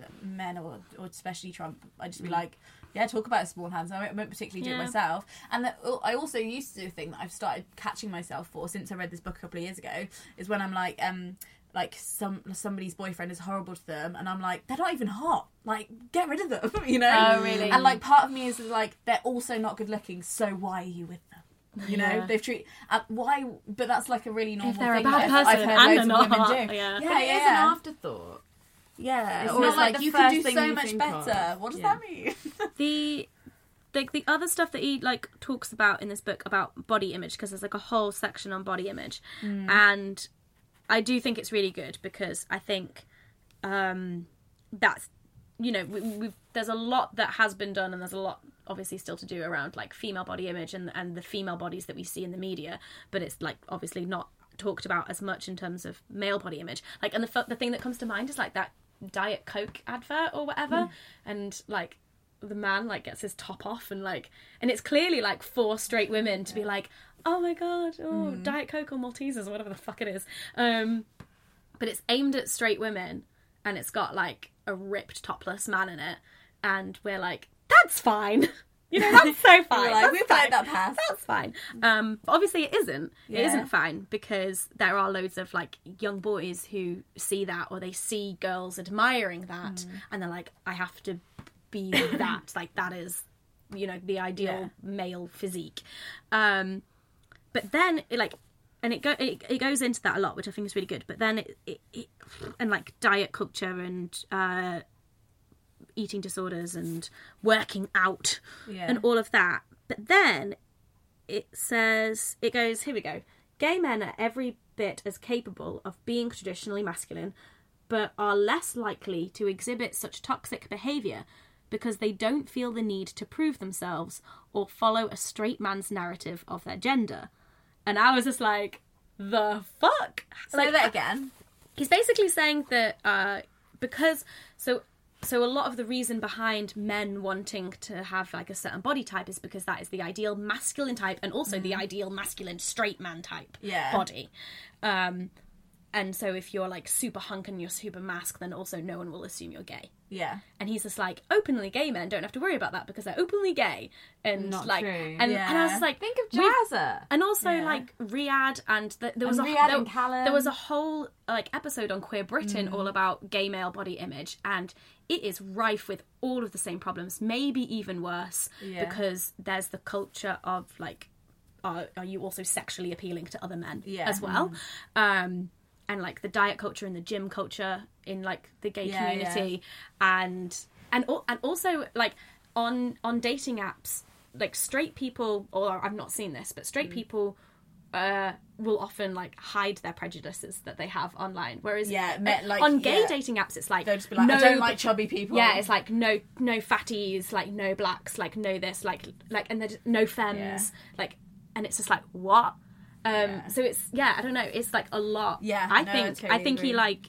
Speaker 4: uh, men or, or especially Trump. I'd just be like, yeah, talk about small hands. I won't, won't particularly do
Speaker 3: Mm. Yeah.
Speaker 4: it myself. And that, oh, I also used to do a thing that I've started catching myself for since I read this book a couple of years ago is when I'm like, um, like some somebody's boyfriend is horrible to them, and I'm like, they're not even hot. Like, get rid of them, you know.
Speaker 3: Oh, really?
Speaker 4: And like, part of me is like, they're also not good looking. So why are you with them? You know,
Speaker 3: Yeah.
Speaker 4: they've treated uh, why, but that's like a really normal
Speaker 3: they're a
Speaker 4: thing
Speaker 3: bad
Speaker 4: that I've- I've
Speaker 3: person
Speaker 4: heard
Speaker 3: and
Speaker 4: loads
Speaker 3: they're
Speaker 4: of women
Speaker 3: not, yeah.
Speaker 4: do. Yeah,
Speaker 5: But it
Speaker 4: yeah.
Speaker 5: is an afterthought.
Speaker 4: yeah.
Speaker 5: It's
Speaker 4: or
Speaker 5: not
Speaker 4: it's
Speaker 5: like
Speaker 4: like,
Speaker 5: the
Speaker 4: you can
Speaker 5: first
Speaker 4: do
Speaker 5: thing
Speaker 4: so
Speaker 5: you
Speaker 4: much
Speaker 5: think
Speaker 4: better.
Speaker 5: of.
Speaker 4: What does
Speaker 5: Yeah.
Speaker 4: that mean?
Speaker 3: the like the other stuff that he like talks about in this book about body image because there's like a whole section on body image and i do think it's really good because i think um that's you know we, we've there's a lot that has been done and there's a lot obviously still to do around like female body image and and the female bodies that we see in the media but it's like obviously not talked about as much in terms of male body image like and the f- the thing that comes to mind is like that diet coke advert or whatever and like the man like gets his top off and like and it's clearly like four straight women to be like oh my god oh diet coke or maltesers or whatever the fuck it is um but it's aimed at straight women and it's got like a ripped topless man in it and we're like that's fine you know that's so fine
Speaker 4: like,
Speaker 3: That's
Speaker 4: "We've let
Speaker 3: fine.
Speaker 4: that pass."
Speaker 3: that's fine um but obviously it isn't it
Speaker 4: Yeah.
Speaker 3: isn't fine because there are loads of like young boys who see that or they see girls admiring that
Speaker 4: Mm.
Speaker 3: and they're like i have to be that like that is you know the ideal male physique um but then it, like and it go it, it goes into that a lot which i think is really good but then it, it, it and like diet culture and uh eating disorders and working out
Speaker 4: Yeah.
Speaker 3: and all of that but then it says it goes here we go gay men are every bit as capable of being traditionally masculine but are less likely to exhibit such toxic behavior because they don't feel the need to prove themselves or follow a straight man's narrative of their gender and i was just like the fuck
Speaker 4: Say that again.
Speaker 3: he's basically saying that uh, because so so a lot of the reason behind men wanting to have like a certain body type is because that is the ideal masculine type and also the ideal masculine straight man type
Speaker 4: Mm-hmm. Yeah.
Speaker 3: body um and so if you're like super hunk and you're super mask then also no one will assume you're gay
Speaker 4: Yeah.
Speaker 3: and he's just like openly gay men don't have to worry about that because they're openly gay and
Speaker 5: Not
Speaker 3: like
Speaker 5: true.
Speaker 3: and, and i
Speaker 4: Yeah.
Speaker 3: was just like
Speaker 5: Think of
Speaker 3: we've-
Speaker 5: Jazza.
Speaker 3: and also like Riyadh and the, there was
Speaker 5: And
Speaker 3: a
Speaker 5: Riyadh
Speaker 3: there,
Speaker 5: and Callum.
Speaker 3: there was a whole like episode on queer Britain all about gay male body image and it is rife with all of the same problems maybe even worse
Speaker 4: Yeah.
Speaker 3: because there's the culture of like are, are you also sexually appealing to other men
Speaker 4: Yeah.
Speaker 3: as well
Speaker 5: Mm.
Speaker 3: um and like the diet culture and the gym culture in like the gay
Speaker 4: Yeah, yeah.
Speaker 3: community and and al- and also like on on dating apps, like straight people, or I've not seen this, but
Speaker 4: Mm.
Speaker 3: straight people uh, will often like hide their prejudices that they have online. Whereas
Speaker 4: Yeah, met,
Speaker 3: uh,
Speaker 4: like,
Speaker 3: on gay
Speaker 4: yeah.
Speaker 3: dating apps, it's like
Speaker 4: They'll just be like, "I don't like chubby people."
Speaker 3: Yeah, it's like no no fatties, like no blacks, like no this, like like and there's no femmes, like, and it's just like what. Um, So it's yeah, I don't know. It's like a lot.
Speaker 4: Yeah,
Speaker 3: I
Speaker 4: no, I
Speaker 3: think I
Speaker 4: totally
Speaker 3: think he
Speaker 4: agree.
Speaker 3: like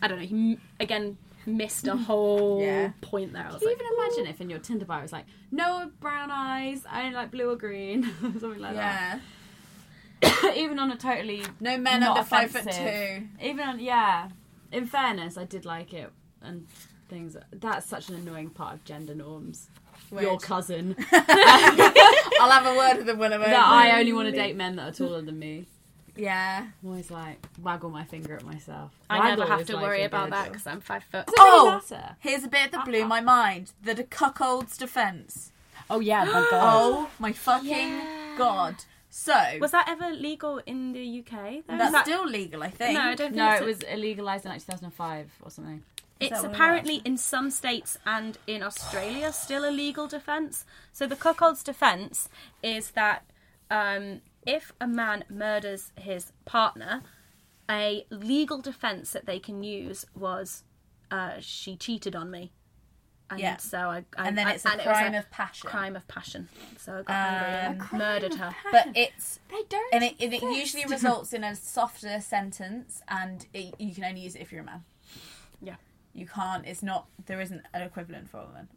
Speaker 3: I don't know. He m- again missed a whole
Speaker 4: Yeah.
Speaker 3: point there. I was
Speaker 5: Can you
Speaker 3: like,
Speaker 5: even imagine if in your Tinder bio it was like, no brown eyes, I only like blue or green, or something like
Speaker 4: Yeah.
Speaker 5: that. even on a totally
Speaker 4: No men
Speaker 5: not
Speaker 4: under five foot
Speaker 5: offensive-
Speaker 4: two.
Speaker 5: Even on yeah. In fairness, I did like it and things. That's such an annoying part of gender norms. Your
Speaker 4: Weird.
Speaker 5: cousin.
Speaker 4: I'll have a word with them when I'm over.
Speaker 5: that I only want to date men that are taller than me.
Speaker 4: Yeah.
Speaker 5: I'm always like waggle my finger at myself.
Speaker 3: I never
Speaker 5: Waggle
Speaker 3: have
Speaker 5: is
Speaker 3: to
Speaker 5: like
Speaker 3: worry
Speaker 5: a
Speaker 3: about
Speaker 5: good-
Speaker 3: that because I'm five foot.
Speaker 5: Oh!
Speaker 4: Here's a bit that blew my mind. The de- cuckold's defense.
Speaker 5: Oh yeah, my god.
Speaker 4: Oh my fucking god. So
Speaker 3: Was that ever legal in the UK? though?
Speaker 4: that's
Speaker 3: Is that-
Speaker 4: still legal, I think.
Speaker 3: No, I don't think
Speaker 5: no,
Speaker 3: it's
Speaker 5: it was illegalized in like 2005 or something.
Speaker 3: It's
Speaker 4: that what it
Speaker 3: apparently in some states and in Australia still a legal defence. So the cuckold's defence is that um, if a man murders his partner, a legal defence that they can use was uh, she cheated on me. And
Speaker 4: Yeah.
Speaker 3: so I, I
Speaker 4: And then
Speaker 3: I-
Speaker 4: it's a
Speaker 3: it was
Speaker 4: crime of passion. Um,
Speaker 3: Crime of passion. So I got angry and murdered her.
Speaker 4: But it's
Speaker 5: They don't.
Speaker 4: and it, and it usually results in a softer sentence, and it, you can only use it if you're a man.
Speaker 3: Yeah.
Speaker 4: You can't. It's not. There isn't an equivalent for a woman.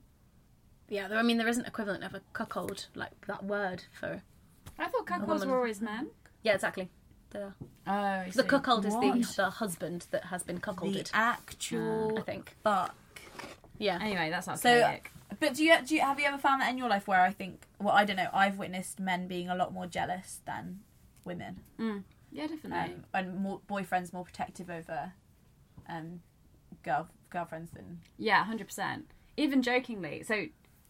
Speaker 3: Yeah, there, I mean there isn't equivalent of a cuckold like that word for.
Speaker 5: I thought cuckolds
Speaker 3: woman.
Speaker 5: were always men.
Speaker 3: Yeah, exactly. The,
Speaker 5: Oh, I
Speaker 3: the
Speaker 5: see.
Speaker 3: cuckold is
Speaker 4: What?
Speaker 3: the, the husband that has been
Speaker 4: The
Speaker 3: cuckolded. uh,
Speaker 4: actual
Speaker 3: I think.
Speaker 5: Ah,
Speaker 4: fuck.
Speaker 3: Yeah.
Speaker 5: Anyway, that's
Speaker 4: So,
Speaker 5: archaic.
Speaker 4: but do you do you have you ever found that in your life where I think well I don't know I've witnessed men being a lot more jealous than women
Speaker 5: yeah, definitely.
Speaker 4: um, and more, boyfriends more protective over um girl girlfriends than
Speaker 5: yeah, hundred percent. Even jokingly. So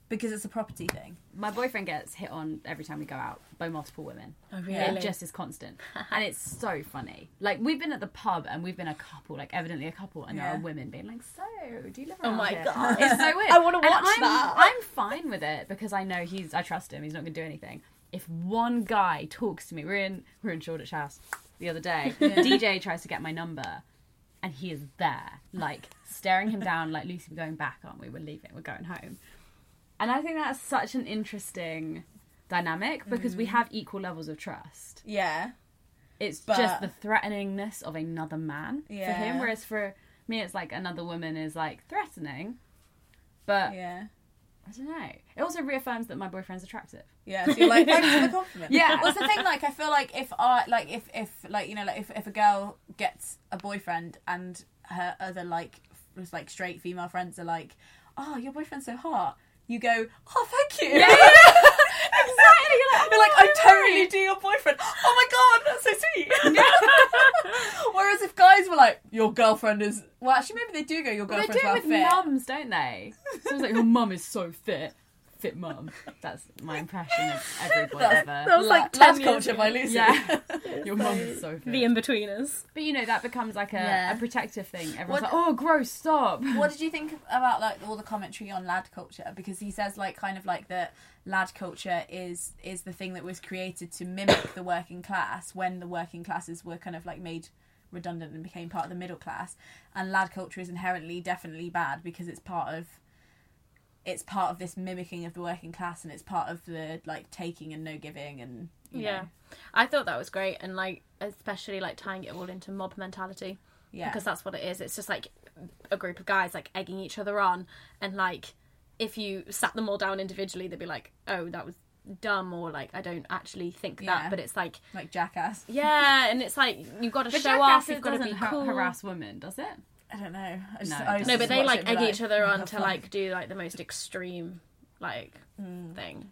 Speaker 4: because it's a property thing.
Speaker 5: my boyfriend gets hit on every time we go out by multiple women.
Speaker 3: Oh,
Speaker 5: It just is constant, and it's so funny. Like we've been at the pub and we've been a couple, like evidently a couple, and there
Speaker 4: Yeah.
Speaker 5: are women being like, "So, do you live around
Speaker 3: Oh my
Speaker 5: here?"
Speaker 3: God.
Speaker 5: it's so weird.
Speaker 3: I wanna
Speaker 5: And
Speaker 3: watch
Speaker 5: I'm,
Speaker 3: that.
Speaker 5: I'm fine with it because I know he's. I trust him. He's not going to do anything. If one guy talks to me, we're in we're in Shoreditch House the other day. DJ tries to get my number, and he is there, like staring him down, like Lucy, we're going back, aren't we? We're leaving. We're going home. And I think that's such an interesting dynamic because
Speaker 4: Mm.
Speaker 5: we have equal levels of trust.
Speaker 4: Yeah.
Speaker 5: It's
Speaker 4: But-
Speaker 5: just the threateningness of another man for
Speaker 4: Yeah.
Speaker 5: him. Whereas for me, it's like another woman is like threatening, but
Speaker 4: Yeah.
Speaker 5: I don't know. It also reaffirms that my boyfriend's attractive.
Speaker 4: Yeah, so you're like, thanks for the compliment.
Speaker 5: Yeah.
Speaker 4: Well, it's the thing, like, I feel like if I, like, if, if, like, you know, like, if, if a girl gets a boyfriend and her other, like, f- like, straight female friends are like, oh, your boyfriend's so hot, you go, oh, thank you. exactly. You're like, I totally do your boyfriend. Oh my god, that's so sweet. Whereas if guys were like, your girlfriend is, well, actually, maybe they do go, your
Speaker 5: They
Speaker 4: girlfriend's
Speaker 5: do it
Speaker 4: well
Speaker 5: with
Speaker 4: fit.
Speaker 5: mums, don't they? So it's like your mum is so fit, fit mum. That's my impression of everybody ever.
Speaker 4: That was like
Speaker 3: La-
Speaker 4: Ted culture by Lucy.
Speaker 5: yeah, your mum is so fit.
Speaker 3: The in betweeners.
Speaker 5: But you know that becomes like a,
Speaker 4: Yeah.
Speaker 5: a protective thing. Everyone's
Speaker 4: What-
Speaker 5: like, "Oh, gross! Stop."
Speaker 4: what did you think about like all the commentary on lad culture because he says like kind of like that lad culture is is the thing that was created to mimic the working class when the working classes were kind of like made redundant and became part of the middle class and lad culture is inherently definitely bad because it's part of it's part of this mimicking of the working class and it's part of the like taking and no giving and you
Speaker 3: Yeah.
Speaker 4: know,
Speaker 3: I thought that was great and like especially like tying it all into mob mentality.
Speaker 4: Yeah.
Speaker 3: Because that's what it is. It's just like a group of guys like egging each other on and like if you sat them all down individually they'd be like, Oh, that was dumb or like I don't actually think
Speaker 4: Yeah.
Speaker 3: that but it's like
Speaker 4: like jackass
Speaker 3: Yeah, and it's like you've got to
Speaker 5: But
Speaker 3: show
Speaker 5: Jackass
Speaker 3: off, you've
Speaker 5: it
Speaker 3: got to be
Speaker 5: doesn't har-
Speaker 3: cool.
Speaker 5: harass women, does it?
Speaker 4: i don't know I just,
Speaker 5: No,
Speaker 4: I
Speaker 5: it
Speaker 4: just
Speaker 3: No, but they
Speaker 4: watch it
Speaker 3: like "Oh,
Speaker 4: and
Speaker 3: egg
Speaker 4: be
Speaker 3: each other on
Speaker 4: "Have
Speaker 3: to
Speaker 4: fun."
Speaker 3: like do like the most extreme like thing.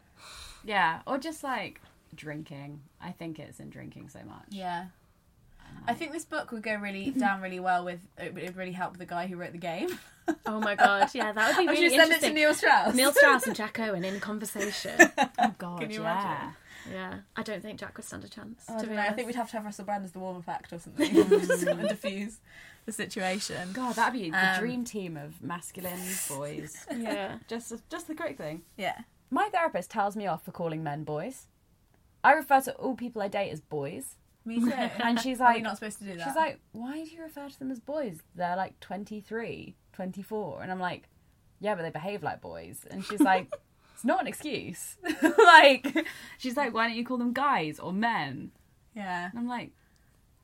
Speaker 5: Yeah, or just like drinking. I think it's in drinking so much.
Speaker 4: yeah I think this book would go really down really well with. It would really help the guy who wrote the game.
Speaker 3: Oh my god, yeah, that would be
Speaker 4: I
Speaker 3: really
Speaker 4: should send it to
Speaker 3: interesting.
Speaker 4: Neil Strauss.
Speaker 3: Neil Strauss and Jack Owen in conversation.
Speaker 5: Oh god,
Speaker 4: Can you
Speaker 5: yeah.
Speaker 3: Yeah, I don't think Jack would stand a chance.
Speaker 4: I,
Speaker 3: to be
Speaker 4: don't know, Oh, I
Speaker 3: honest.
Speaker 4: think we'd have to have Russell Brand as the warm-up act or something. Just kind of diffuse the situation.
Speaker 5: God, that'd be the
Speaker 4: Um,
Speaker 5: dream team of masculine boys.
Speaker 3: Yeah,
Speaker 5: just, just the correct thing.
Speaker 4: Yeah.
Speaker 5: My therapist tells me off for calling men boys. I refer to all people I date as boys.
Speaker 4: Me too.
Speaker 5: And she's
Speaker 4: Are
Speaker 5: like,
Speaker 4: you not supposed to do that?
Speaker 5: she's like, why do you refer to them as boys? They're like 23, 24. And I'm like, yeah, but they behave like boys. And she's like, it's not an excuse. like, she's like, why don't you call them guys or men?
Speaker 4: yeah.
Speaker 5: And I'm like,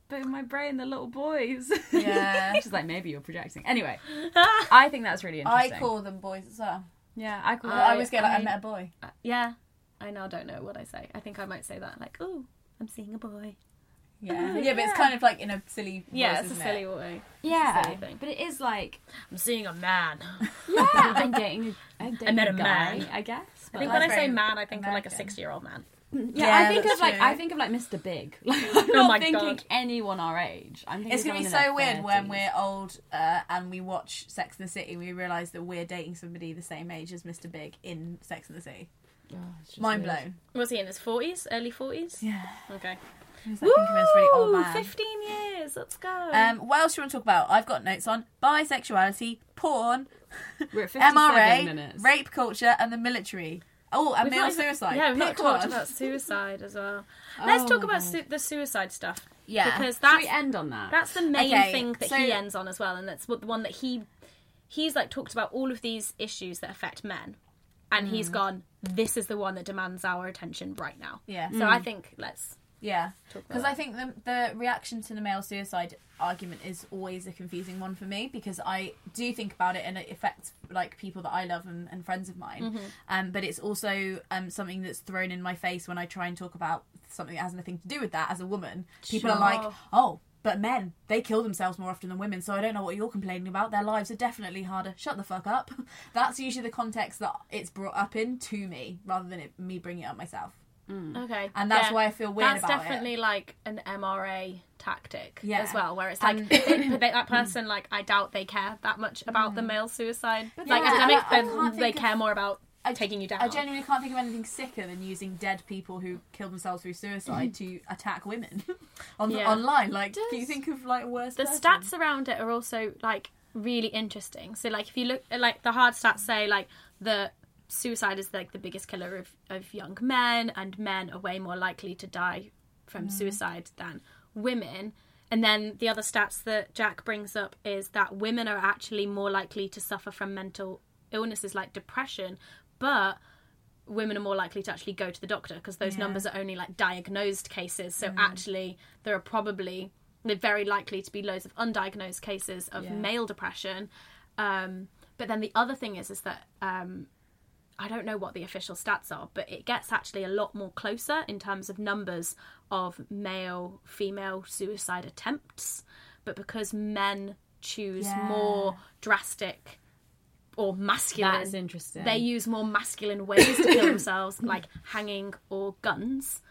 Speaker 5: but in my brain, they're little boys.
Speaker 4: Yeah.
Speaker 5: she's like, maybe you're projecting. Anyway, I think that's really
Speaker 4: I
Speaker 5: interesting.
Speaker 4: call them boys as well.
Speaker 5: Yeah, I call.
Speaker 4: I always go like, I,
Speaker 3: I-
Speaker 4: met a boy.
Speaker 3: Uh, yeah. I now don't know what I say. I think I might say that like, "Oh, I'm seeing a boy."
Speaker 4: Yeah. Yeah, but it's kind of like in a silly voice,
Speaker 3: Yeah, it's a
Speaker 4: isn't
Speaker 3: silly
Speaker 4: it?
Speaker 3: way.
Speaker 5: yeah,
Speaker 3: silly thing.
Speaker 5: but it is like
Speaker 3: I'm seeing a man.
Speaker 5: Yeah, I'm dating. I'm dating
Speaker 3: met a
Speaker 5: guy,
Speaker 3: man.
Speaker 5: I guess.
Speaker 3: I
Speaker 5: But
Speaker 3: think
Speaker 5: like,
Speaker 3: when I say
Speaker 4: very
Speaker 3: man, I think of like a
Speaker 4: American.
Speaker 3: six-year-old man.
Speaker 5: yeah,
Speaker 4: Yeah,
Speaker 5: I think
Speaker 4: that's
Speaker 5: of like
Speaker 4: true.
Speaker 5: I think of like Mr. Big. Like I'm not
Speaker 3: my
Speaker 5: thinking
Speaker 3: God.
Speaker 5: anyone our age. I'm thinking
Speaker 4: It's gonna
Speaker 5: someone
Speaker 4: be
Speaker 5: in their
Speaker 4: so weird when
Speaker 5: 30s.
Speaker 4: we're old uh, and we watch Sex and the City. We realise that we're dating somebody the same age as Mr. Big in Sex and the City.
Speaker 5: Oh, it's just
Speaker 4: Mind
Speaker 5: weird.
Speaker 4: blown.
Speaker 3: Was he in his forties, early forties?
Speaker 4: Yeah,
Speaker 3: Okay.
Speaker 4: I think of him as a really old
Speaker 3: Woo!
Speaker 4: man.
Speaker 3: Fifteen years. Let's go.
Speaker 4: Um, what else do you want to talk about? I've got notes on bisexuality, porn,
Speaker 5: We're at 57
Speaker 4: MRA,
Speaker 5: minutes.
Speaker 4: rape culture, and the military. Oh, and
Speaker 3: We've
Speaker 4: male
Speaker 3: not even-
Speaker 4: suicide.
Speaker 3: Yeah, we've not
Speaker 4: Pick
Speaker 3: talked
Speaker 4: one.
Speaker 3: about suicide as well. Let's talk about su- the suicide stuff.
Speaker 4: Yeah.
Speaker 3: because
Speaker 5: Should
Speaker 3: that's
Speaker 5: we end on that?
Speaker 3: That's the main
Speaker 4: Okay,
Speaker 3: thing that
Speaker 4: so-
Speaker 3: he ends on as well, and that's what the one that he he's like talked about all of these issues that affect men, and he's gone. This is the one that demands our attention right now.
Speaker 4: Yeah.
Speaker 3: So I think let's.
Speaker 4: Yeah,
Speaker 3: about
Speaker 4: because I think the the reaction to the male suicide argument is always a confusing one for me because I do think about it and it affects like people that I love and, and friends of mine,
Speaker 3: Mm-hmm.
Speaker 4: um, but it's also um, something that's thrown in my face when I try and talk about something that has nothing to do with that as a woman. People are like,
Speaker 3: Sure.
Speaker 4: oh. But men, they kill themselves more often than women, so I don't know what you're complaining about. Their lives are definitely harder. Shut the fuck up. That's usually the context that it's brought up in to me, rather than it, me bringing it up myself.
Speaker 3: Okay.
Speaker 4: And that's why I feel weird
Speaker 3: That's
Speaker 4: about it.
Speaker 3: definitely like an MRA tactic
Speaker 4: Yeah.
Speaker 3: as well, where it's like
Speaker 4: And-
Speaker 3: they, but they- that person, like I doubt they care that much about the male suicide like
Speaker 4: Mm. yeah,
Speaker 3: epidemic.
Speaker 4: I
Speaker 3: Then
Speaker 4: can't
Speaker 3: they
Speaker 4: think of-
Speaker 3: care more about
Speaker 4: I-
Speaker 3: taking you down.
Speaker 4: I genuinely can't think of anything sicker than using dead people who kill themselves through suicide to attack women on
Speaker 3: Yeah.
Speaker 4: online. Like, can you think of like a worse?
Speaker 3: the
Speaker 4: person?
Speaker 3: stats around it are also like really interesting so like if you look uh, like the hard stats say like the suicide is like the biggest killer of, of young men and men are way more likely to die from suicide than women and then the other stats that jack brings up is that women are actually more likely to suffer from mental illnesses like depression but women are more likely to actually go to the doctor because those numbers are only like diagnosed cases.
Speaker 5: Mm.
Speaker 3: So actually, there are probably they're very likely to be loads of undiagnosed cases of male depression. Um, but then the other thing is is that um, I don't know what the official stats are, but it gets actually a lot more closer in terms of numbers of male female suicide attempts. But because men choose
Speaker 4: Yeah.
Speaker 3: more drastic or masculine
Speaker 5: That is interesting.
Speaker 3: they use more masculine ways to kill themselves, like hanging or guns,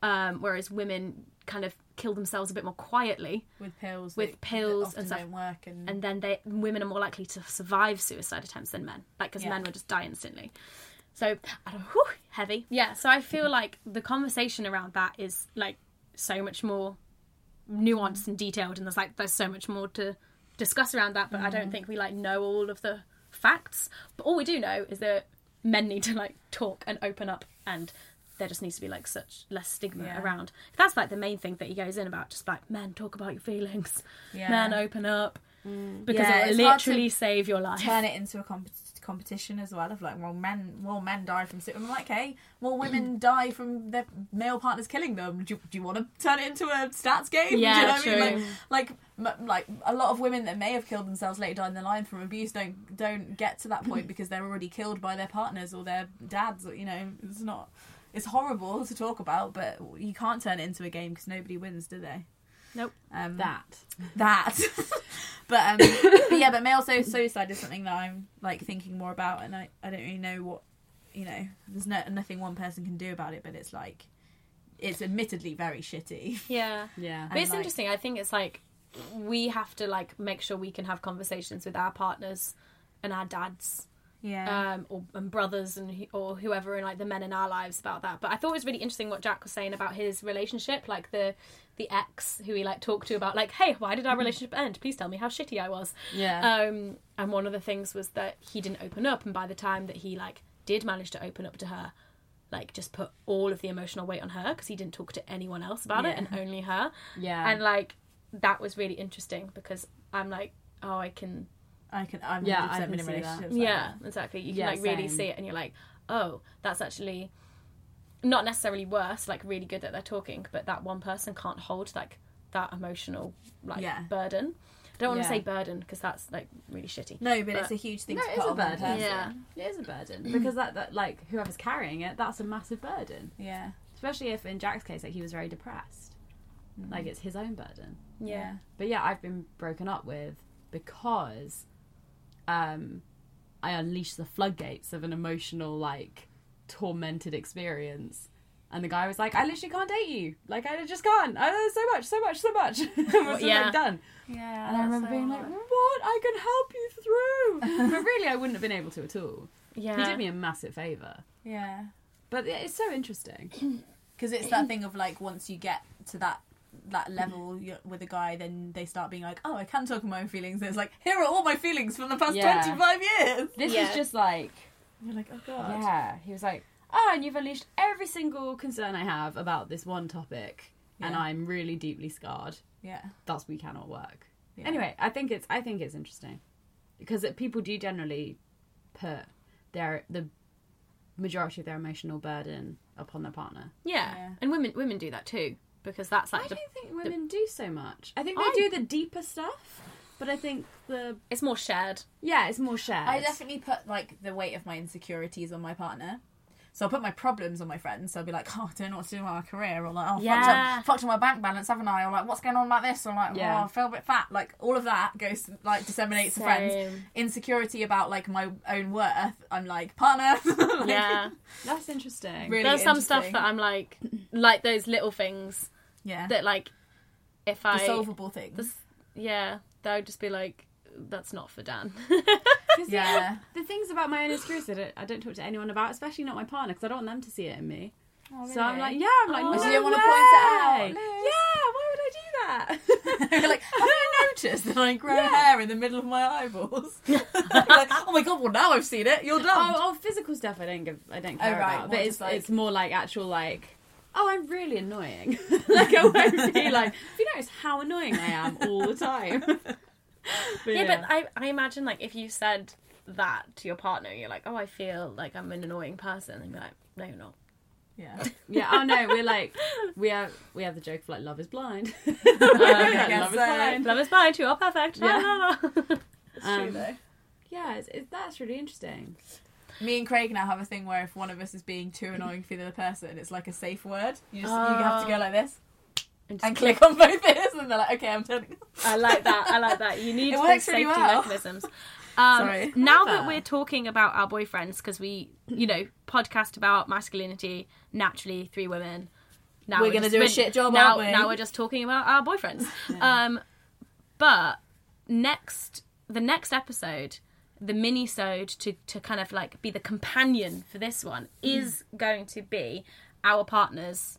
Speaker 3: um, whereas women kind of kill themselves a bit more quietly,
Speaker 4: with pills,
Speaker 3: With
Speaker 4: that- that
Speaker 3: pills
Speaker 4: often
Speaker 3: and stuff.
Speaker 4: don't work, and,
Speaker 3: and then they women are more likely to survive suicide attempts than men, like because
Speaker 4: Yeah.
Speaker 3: men would just die instantly. So I don't whew, heavy, yeah. So I feel like the conversation around that is like so much more nuanced and detailed, and there's like there's so much more to discuss around that, but I
Speaker 4: Mm-hmm.
Speaker 3: don't think we like know all of the facts. But all we do know is that men need to like talk and open up, and there just needs to be like such less stigma around. That's like the main thing that he goes in about, just like men talk about your feelings,
Speaker 4: Yeah. Mm.
Speaker 3: men open up, because
Speaker 4: Yeah,
Speaker 3: it
Speaker 4: it's
Speaker 3: will
Speaker 4: hard to
Speaker 3: literally save your life.
Speaker 4: turn it into a comp- competition as well. Of like, well, men, well, men die from. su- I'm like, hey, well, women die from their male partners killing them. Do you, do you want to turn it into a stats game? Do you
Speaker 3: Yeah,
Speaker 4: know what I mean?
Speaker 3: true.
Speaker 4: Like, like, m- like a lot of women that may have killed themselves later down the line from abuse don't don't get to that point because they're already killed by their partners or their dads. Or, you know, it's not. It's horrible to talk about, but you can't turn it into a game because nobody wins, do they?
Speaker 3: Nope.
Speaker 4: Um,
Speaker 5: that.
Speaker 4: that. but, um, but yeah, but male so- suicide is something that I'm like thinking more about, and I, I don't really know what you know. There's no nothing one person can do about it, but it's like it's admittedly very shitty.
Speaker 3: Yeah.
Speaker 5: Yeah.
Speaker 3: But it's
Speaker 4: like-
Speaker 3: interesting. I think it's like we have to like make sure we can have conversations with our partners and our dads
Speaker 4: Yeah.
Speaker 3: um, or and brothers and who- or whoever and like the men in our lives about that. But I thought it was really interesting what Jack was saying about his relationship, like the the ex who he like talked to about like, hey, why did our
Speaker 4: Mm-hmm.
Speaker 3: relationship end? Please tell me how shitty I was.
Speaker 5: Yeah.
Speaker 3: Um, and one of the things was that he didn't open up, and by the time that he like did manage to open up to her, like just put all of the emotional weight on her because he didn't talk to anyone else about it and only her.
Speaker 5: Yeah.
Speaker 3: And like that was really interesting because I'm like, oh, I can
Speaker 4: I can. I'm
Speaker 5: Yeah,
Speaker 4: 100%
Speaker 5: I can
Speaker 4: been in
Speaker 5: see that.
Speaker 4: relationships like
Speaker 3: yeah, exactly. You can
Speaker 5: Yeah,
Speaker 3: like really
Speaker 5: same.
Speaker 3: see it, and you're like, oh, that's actually not necessarily worse. Like really good that they're talking, but that one person can't hold like that emotional like
Speaker 4: Yeah.
Speaker 3: burden. I don't want to
Speaker 5: Yeah.
Speaker 3: say burden because that's like really shitty.
Speaker 4: No, but, it's a huge thing
Speaker 5: No,
Speaker 4: to
Speaker 5: it
Speaker 4: put
Speaker 5: is a
Speaker 4: on one
Speaker 5: burden.
Speaker 4: person.
Speaker 3: Yeah.
Speaker 5: It is a burden because that, that like whoever's carrying it, that's a massive burden.
Speaker 4: Yeah.
Speaker 5: Especially if in Jack's case, like he was very depressed. Like it's his own burden.
Speaker 3: Yeah.
Speaker 5: But yeah, I've been broken up with because um I unleashed the floodgates of an emotional like tormented experience. And the guy was like, I literally can't date you. Like I just can't. I so much, so much, so much. I was yeah.
Speaker 3: Yeah.
Speaker 5: like done.
Speaker 4: Yeah.
Speaker 5: And I remember being like, What? I can help you through But really I wouldn't have been able to at all.
Speaker 3: Yeah.
Speaker 5: He did me a massive favour.
Speaker 4: yeah.
Speaker 5: But yeah, it's so interesting.
Speaker 4: Because it's that thing of like once you get to that that level you with a guy, then they start being like, oh, I can talk on my own feelings. And it's like, here are all my feelings from the past
Speaker 5: Yeah.
Speaker 4: 25 years.
Speaker 5: This
Speaker 3: Yeah.
Speaker 5: is just like
Speaker 4: You're like, oh god.
Speaker 5: Yeah, he was like, "Oh, and you've unleashed every single concern I have about this one topic, and
Speaker 4: Yeah.
Speaker 5: I'm really deeply scarred.
Speaker 4: Yeah.
Speaker 5: Thus, we cannot work."
Speaker 4: Yeah.
Speaker 5: Anyway, I think it's I think it's interesting because it, people do generally put their the majority of their emotional burden upon their partner.
Speaker 3: yeah,
Speaker 4: Yeah.
Speaker 3: And women women do that too because that's like
Speaker 5: I
Speaker 3: the,
Speaker 5: don't think women do so much. I think they
Speaker 3: I-
Speaker 5: do the deeper stuff, but I think the
Speaker 3: it's more shared.
Speaker 5: yeah, it's more shared.
Speaker 4: I definitely put like the weight of my insecurities on my partner. So I put my problems on my friends. So I'll be like, oh, I don't know what to do with my career, or like, oh,
Speaker 3: Yeah.
Speaker 4: fucked, up, fucked up my bank balance, haven't I? Or like, what's going on about this? Or like,
Speaker 5: Yeah.
Speaker 4: oh, I feel a bit fat. Like all of that goes to, like disseminates to friends.
Speaker 3: Same.
Speaker 4: Insecurity about like my own worth. I'm like partner. Like,
Speaker 3: Yeah,
Speaker 5: That's interesting.
Speaker 4: really
Speaker 3: there's some stuff
Speaker 4: interesting.
Speaker 3: that I'm like, like those little things
Speaker 4: yeah,
Speaker 3: that like if
Speaker 4: the
Speaker 3: I
Speaker 4: solvable things.
Speaker 3: yeah, that would just be like that's not for Dan.
Speaker 5: 'Cause
Speaker 4: yeah,
Speaker 5: the things about my own insecurities I don't, I don't talk to anyone about, especially not my partner, because I don't want them to see it in me. So I'm like, yeah, I'm like,
Speaker 4: Oh,
Speaker 5: no
Speaker 4: so you don't
Speaker 5: want
Speaker 4: wanna point it
Speaker 5: to
Speaker 4: out.
Speaker 5: Yeah,
Speaker 4: No.
Speaker 5: why would I do that?
Speaker 4: You're like, have you noticed that I grow hair in the middle of my eyeballs? You're like, oh my god! Well, now I've seen it. You're
Speaker 5: oh,
Speaker 4: done.
Speaker 5: oh, physical stuff I don't give, I don't
Speaker 4: Oh,
Speaker 5: care
Speaker 4: right,
Speaker 5: about.
Speaker 4: more
Speaker 5: But
Speaker 4: just
Speaker 5: it's
Speaker 4: like-
Speaker 5: it's more like actual like. Oh, I'm really annoying. like I won't be like. If you notice how annoying I am all the time. But
Speaker 3: yeah, but I, I imagine like if you said that to your partner, you're like, oh, I feel like I'm an annoying person, and be like, no, you're not.
Speaker 4: Yeah.
Speaker 5: yeah. Oh no, we're like we have we have the joke of like love is blind.
Speaker 4: guess uh,
Speaker 5: love is
Speaker 4: so.
Speaker 5: blind.
Speaker 3: Love is blind. You are perfect. La, la, la.
Speaker 5: Um, yeah, it's, it, that's really interesting.
Speaker 4: Me and Craig now have a thing where if one of us is being too annoying for the other person, it's like a safe word. You just you have to go like this
Speaker 3: Oh. And just-
Speaker 4: and click on both ears, and they're like, okay, I'm turning.
Speaker 3: I like that. I like that. You need
Speaker 4: It
Speaker 3: those
Speaker 4: works
Speaker 3: safety
Speaker 4: really well.
Speaker 3: mechanisms. Um,
Speaker 4: Sorry.
Speaker 3: Now that
Speaker 5: Clever.
Speaker 3: we're talking about our boyfriends, because we, you know, podcast about masculinity naturally, three women. Now
Speaker 4: We're
Speaker 3: going
Speaker 4: gonna
Speaker 3: to
Speaker 4: do a shit job,
Speaker 3: now,
Speaker 4: aren't we?
Speaker 3: Now we're just talking about our boyfriends. Um, but next, the next episode, the mini-sode to, to kind of like be the companion for this one is going to be our partners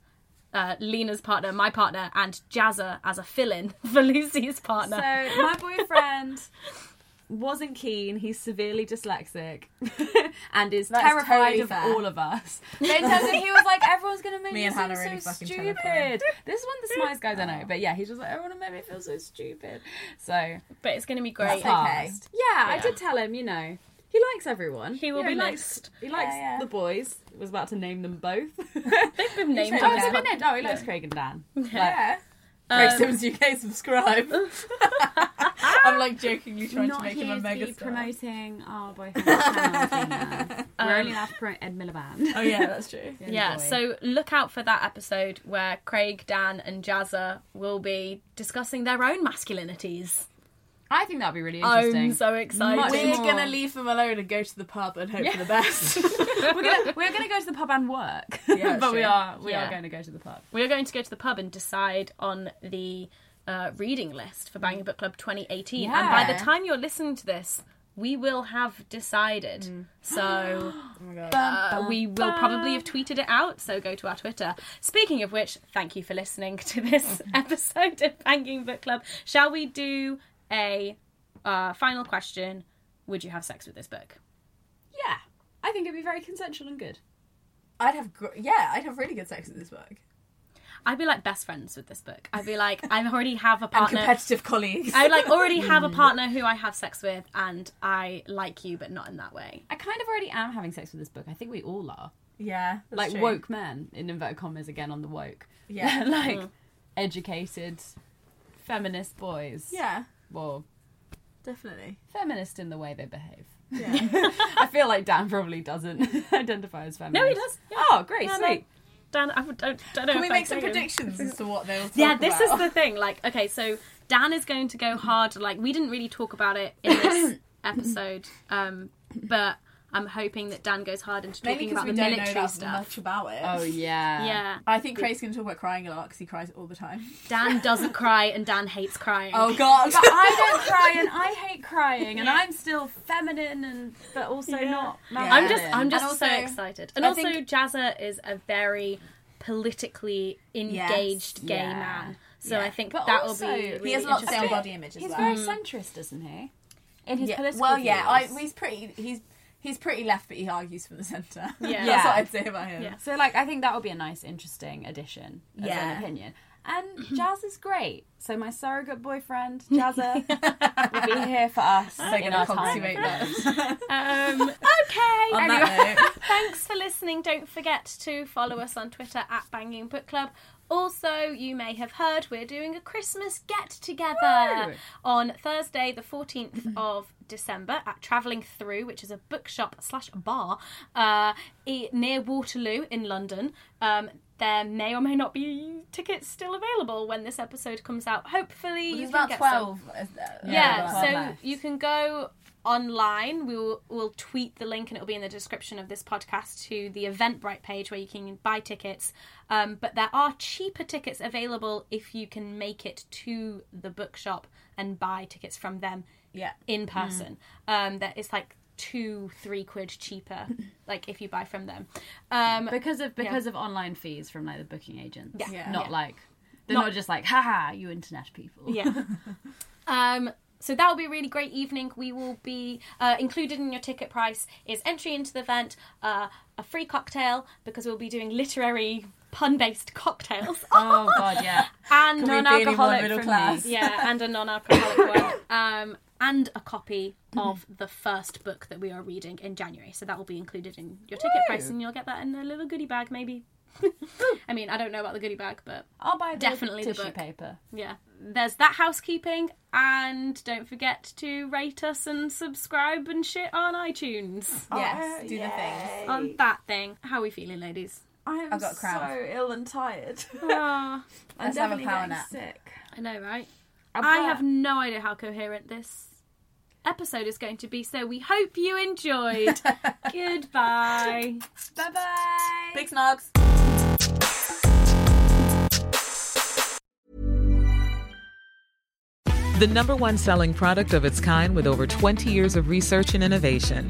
Speaker 3: uh, Lena's partner, my partner, and Jazza as a fill-in for Lucy's partner.
Speaker 5: So my boyfriend wasn't keen. He's severely dyslexic and is
Speaker 4: That is
Speaker 5: terrified
Speaker 4: totally
Speaker 5: of
Speaker 4: fair.
Speaker 5: all of us. But in terms of he was like, everyone's gonna make
Speaker 4: Me
Speaker 5: me,
Speaker 4: and
Speaker 5: seem
Speaker 4: Hannah are really
Speaker 5: so
Speaker 4: fucking
Speaker 5: stupid.
Speaker 4: terrified.
Speaker 5: This is one of the smartest guys I know, but yeah, he's just like, everyone make me feel so stupid. So
Speaker 3: but it's going to be great.
Speaker 4: That's okay.
Speaker 5: fast. Yeah, I did tell him. You know. He likes everyone.
Speaker 3: He will
Speaker 5: You know,
Speaker 3: be
Speaker 5: he
Speaker 3: missed.
Speaker 5: Likes, he likes
Speaker 4: Yeah, yeah.
Speaker 5: the boys. Was about to name them both.
Speaker 3: They've been named
Speaker 5: Oh,
Speaker 3: on this
Speaker 5: has he
Speaker 3: pod-
Speaker 5: been named? Oh, he likes Craig and Dan.
Speaker 4: Yeah.
Speaker 3: Um,
Speaker 4: Craig Simmons UK subscribe. I'm like jokingly trying to make him a mega
Speaker 5: promoting our boyfriend. We're only allowed to promote Ed Miliband.
Speaker 4: Oh yeah, that's true.
Speaker 3: Yeah, so look out for that episode where Craig, Dan, and Jazza will be discussing their own masculinities.
Speaker 5: I think that'd be really interesting.
Speaker 3: I'm so excited.
Speaker 5: Much
Speaker 4: We're
Speaker 5: more-
Speaker 4: gonna leave them alone and go to the pub and hope for the best.
Speaker 5: we're gonna we're gonna go to the pub and work.
Speaker 4: Yeah,
Speaker 5: but we
Speaker 4: sure.
Speaker 5: are we
Speaker 3: Yeah.
Speaker 5: are going to go to the pub.
Speaker 3: We're going to go to the pub and decide on the uh, reading list for Bangor Book Club 2018. And by the
Speaker 4: Yeah.
Speaker 3: time you're listening to this, we will have decided.
Speaker 4: Mm.
Speaker 3: So
Speaker 4: Oh
Speaker 3: uh, we will probably have tweeted it out. So go to our Twitter. Speaking of which, thank you for listening to this episode of Banging Book Club. Shall we do a uh, final question? Would you have sex with this book?
Speaker 5: Yeah, I think it'd be very consensual and good.
Speaker 4: I'd have, gr- yeah, I'd have really good sex with this book.
Speaker 3: I'd be like best friends with this book. I'd be like, I already have a
Speaker 4: And
Speaker 3: partner.
Speaker 4: competitive colleagues.
Speaker 3: I like already have a partner who I have sex with, and I like you, but not in that way.
Speaker 5: I kind of already am having sex with this book. I think we all are.
Speaker 4: yeah, that's
Speaker 5: like
Speaker 4: true.
Speaker 5: woke men in inverted commas again on the woke.
Speaker 4: Yeah.
Speaker 5: like
Speaker 3: Mm.
Speaker 5: educated feminist boys.
Speaker 4: Yeah,
Speaker 5: Well,
Speaker 4: definitely.
Speaker 5: feminist in the way they behave.
Speaker 4: Yeah.
Speaker 5: I feel like Dan probably doesn't identify as feminist.
Speaker 3: No, he does. Yeah.
Speaker 5: Oh, great,
Speaker 3: Yeah, no.
Speaker 5: sweet.
Speaker 3: Dan, I don't, don't know.
Speaker 4: Can we
Speaker 3: if I
Speaker 4: make some
Speaker 3: do.
Speaker 4: predictions as to what they'll talk
Speaker 3: Yeah, this is
Speaker 4: about?
Speaker 3: the thing. Like, okay, so Dan is going to go hard. Like, we didn't really talk about it in this episode, um, but I'm hoping that Dan goes hard into
Speaker 4: mainly
Speaker 3: talking
Speaker 4: because
Speaker 3: about
Speaker 4: we
Speaker 3: the
Speaker 4: don't know
Speaker 3: military
Speaker 4: that
Speaker 3: stuff.
Speaker 4: much about it.
Speaker 5: Oh yeah.
Speaker 3: Yeah,
Speaker 4: I think Craig's gonna talk about crying a lot because he cries all the time.
Speaker 3: Dan doesn't cry, and Dan hates crying.
Speaker 4: Oh God!
Speaker 5: I don't cry and I hate crying and I'm still feminine and but also not
Speaker 3: I'm just,
Speaker 5: masculine.
Speaker 3: I'm just
Speaker 4: And
Speaker 3: so
Speaker 4: also,
Speaker 3: excited. And
Speaker 4: I
Speaker 3: also,
Speaker 4: think-
Speaker 3: Jazza is a very politically engaged gay
Speaker 5: Yeah.
Speaker 3: man. So
Speaker 4: Yeah.
Speaker 3: I think
Speaker 5: But
Speaker 3: that
Speaker 5: also,
Speaker 3: will be. Really
Speaker 4: he has a lot to say on
Speaker 3: interesting.
Speaker 4: body image as
Speaker 5: He's
Speaker 4: well.
Speaker 5: very
Speaker 3: Mm.
Speaker 5: centrist, isn't he? In his
Speaker 4: yeah.
Speaker 5: political
Speaker 4: Well, yeah, I,
Speaker 5: views.
Speaker 4: he's pretty. He's he's pretty left, but he argues from the centre.
Speaker 3: Yeah.
Speaker 4: that's
Speaker 5: Yeah.
Speaker 4: what I'd say about him.
Speaker 3: Yeah.
Speaker 5: So like I think that would be a nice, interesting addition as
Speaker 4: Yeah.
Speaker 5: an opinion. And Jazz is great. So my surrogate boyfriend, Jazza, will be here for us
Speaker 4: They're
Speaker 5: in
Speaker 4: gonna
Speaker 5: our time.
Speaker 4: consummate that.
Speaker 3: Um, okay.
Speaker 4: on
Speaker 3: Anyway,
Speaker 4: that note.
Speaker 3: thanks for listening. Don't forget to follow us on Twitter at Banging Book Club. Also, you may have heard we're doing a Christmas get together on Thursday, the 14th of December at Travelling Through, which is a bookshop slash bar uh, i- near Waterloo in London. Um, there may or may not be tickets still available when this episode comes out. Hopefully, you
Speaker 4: He's
Speaker 3: can
Speaker 4: about
Speaker 3: get some
Speaker 4: twelve. uh,
Speaker 3: yeah,
Speaker 5: Yeah,
Speaker 3: so
Speaker 5: well left.
Speaker 3: you can go online we will we'll tweet the link and it'll be in the description of this podcast to the eventbrite page where you can buy tickets um, but there are cheaper tickets available if you can make it to the bookshop and buy tickets from them
Speaker 4: Yeah.
Speaker 3: in person um, that is like two three quid cheaper like if you buy from them um,
Speaker 5: Because of because of online fees from like the booking agents.
Speaker 4: Yeah.
Speaker 5: Not
Speaker 4: Yeah.
Speaker 5: like they're not, just like, haha, you internet people.
Speaker 3: Yeah. um, so that will be a really great evening. We will be uh, included in your ticket price is entry into the event, uh, a free cocktail because we'll be doing literary pun-based cocktails
Speaker 5: Oh god, yeah.
Speaker 3: and
Speaker 4: we be anyone
Speaker 5: Non-alcoholic
Speaker 4: middle
Speaker 5: from
Speaker 4: class?
Speaker 5: me.
Speaker 3: yeah, and a non-alcoholic one, um, and a copy
Speaker 4: Mm-hmm.
Speaker 3: of the first book that we are reading in January. So that will be included in your ticket price, and you'll get that in a little goodie bag, maybe. I mean, I don't know about the goodie bag, but
Speaker 5: I'll buy the
Speaker 3: Definitely the
Speaker 5: tissue
Speaker 3: book.
Speaker 5: paper.
Speaker 3: yeah there's that housekeeping and don't forget to rate us and subscribe and shit on itunes
Speaker 4: Yes, do the things.
Speaker 3: on that thing how are we feeling ladies
Speaker 5: I am
Speaker 4: I've got a cramp.
Speaker 5: so ill and tired.
Speaker 3: Ah,
Speaker 5: I'm
Speaker 4: Let's have a
Speaker 5: definitely
Speaker 4: power
Speaker 5: getting
Speaker 4: nap.
Speaker 5: sick.
Speaker 3: i know right i have no idea how coherent this episode is going to be so we hope you enjoyed goodbye
Speaker 5: Bye bye.
Speaker 4: Big snogs.
Speaker 7: The number one selling product of its kind with over 20 years of research and innovation.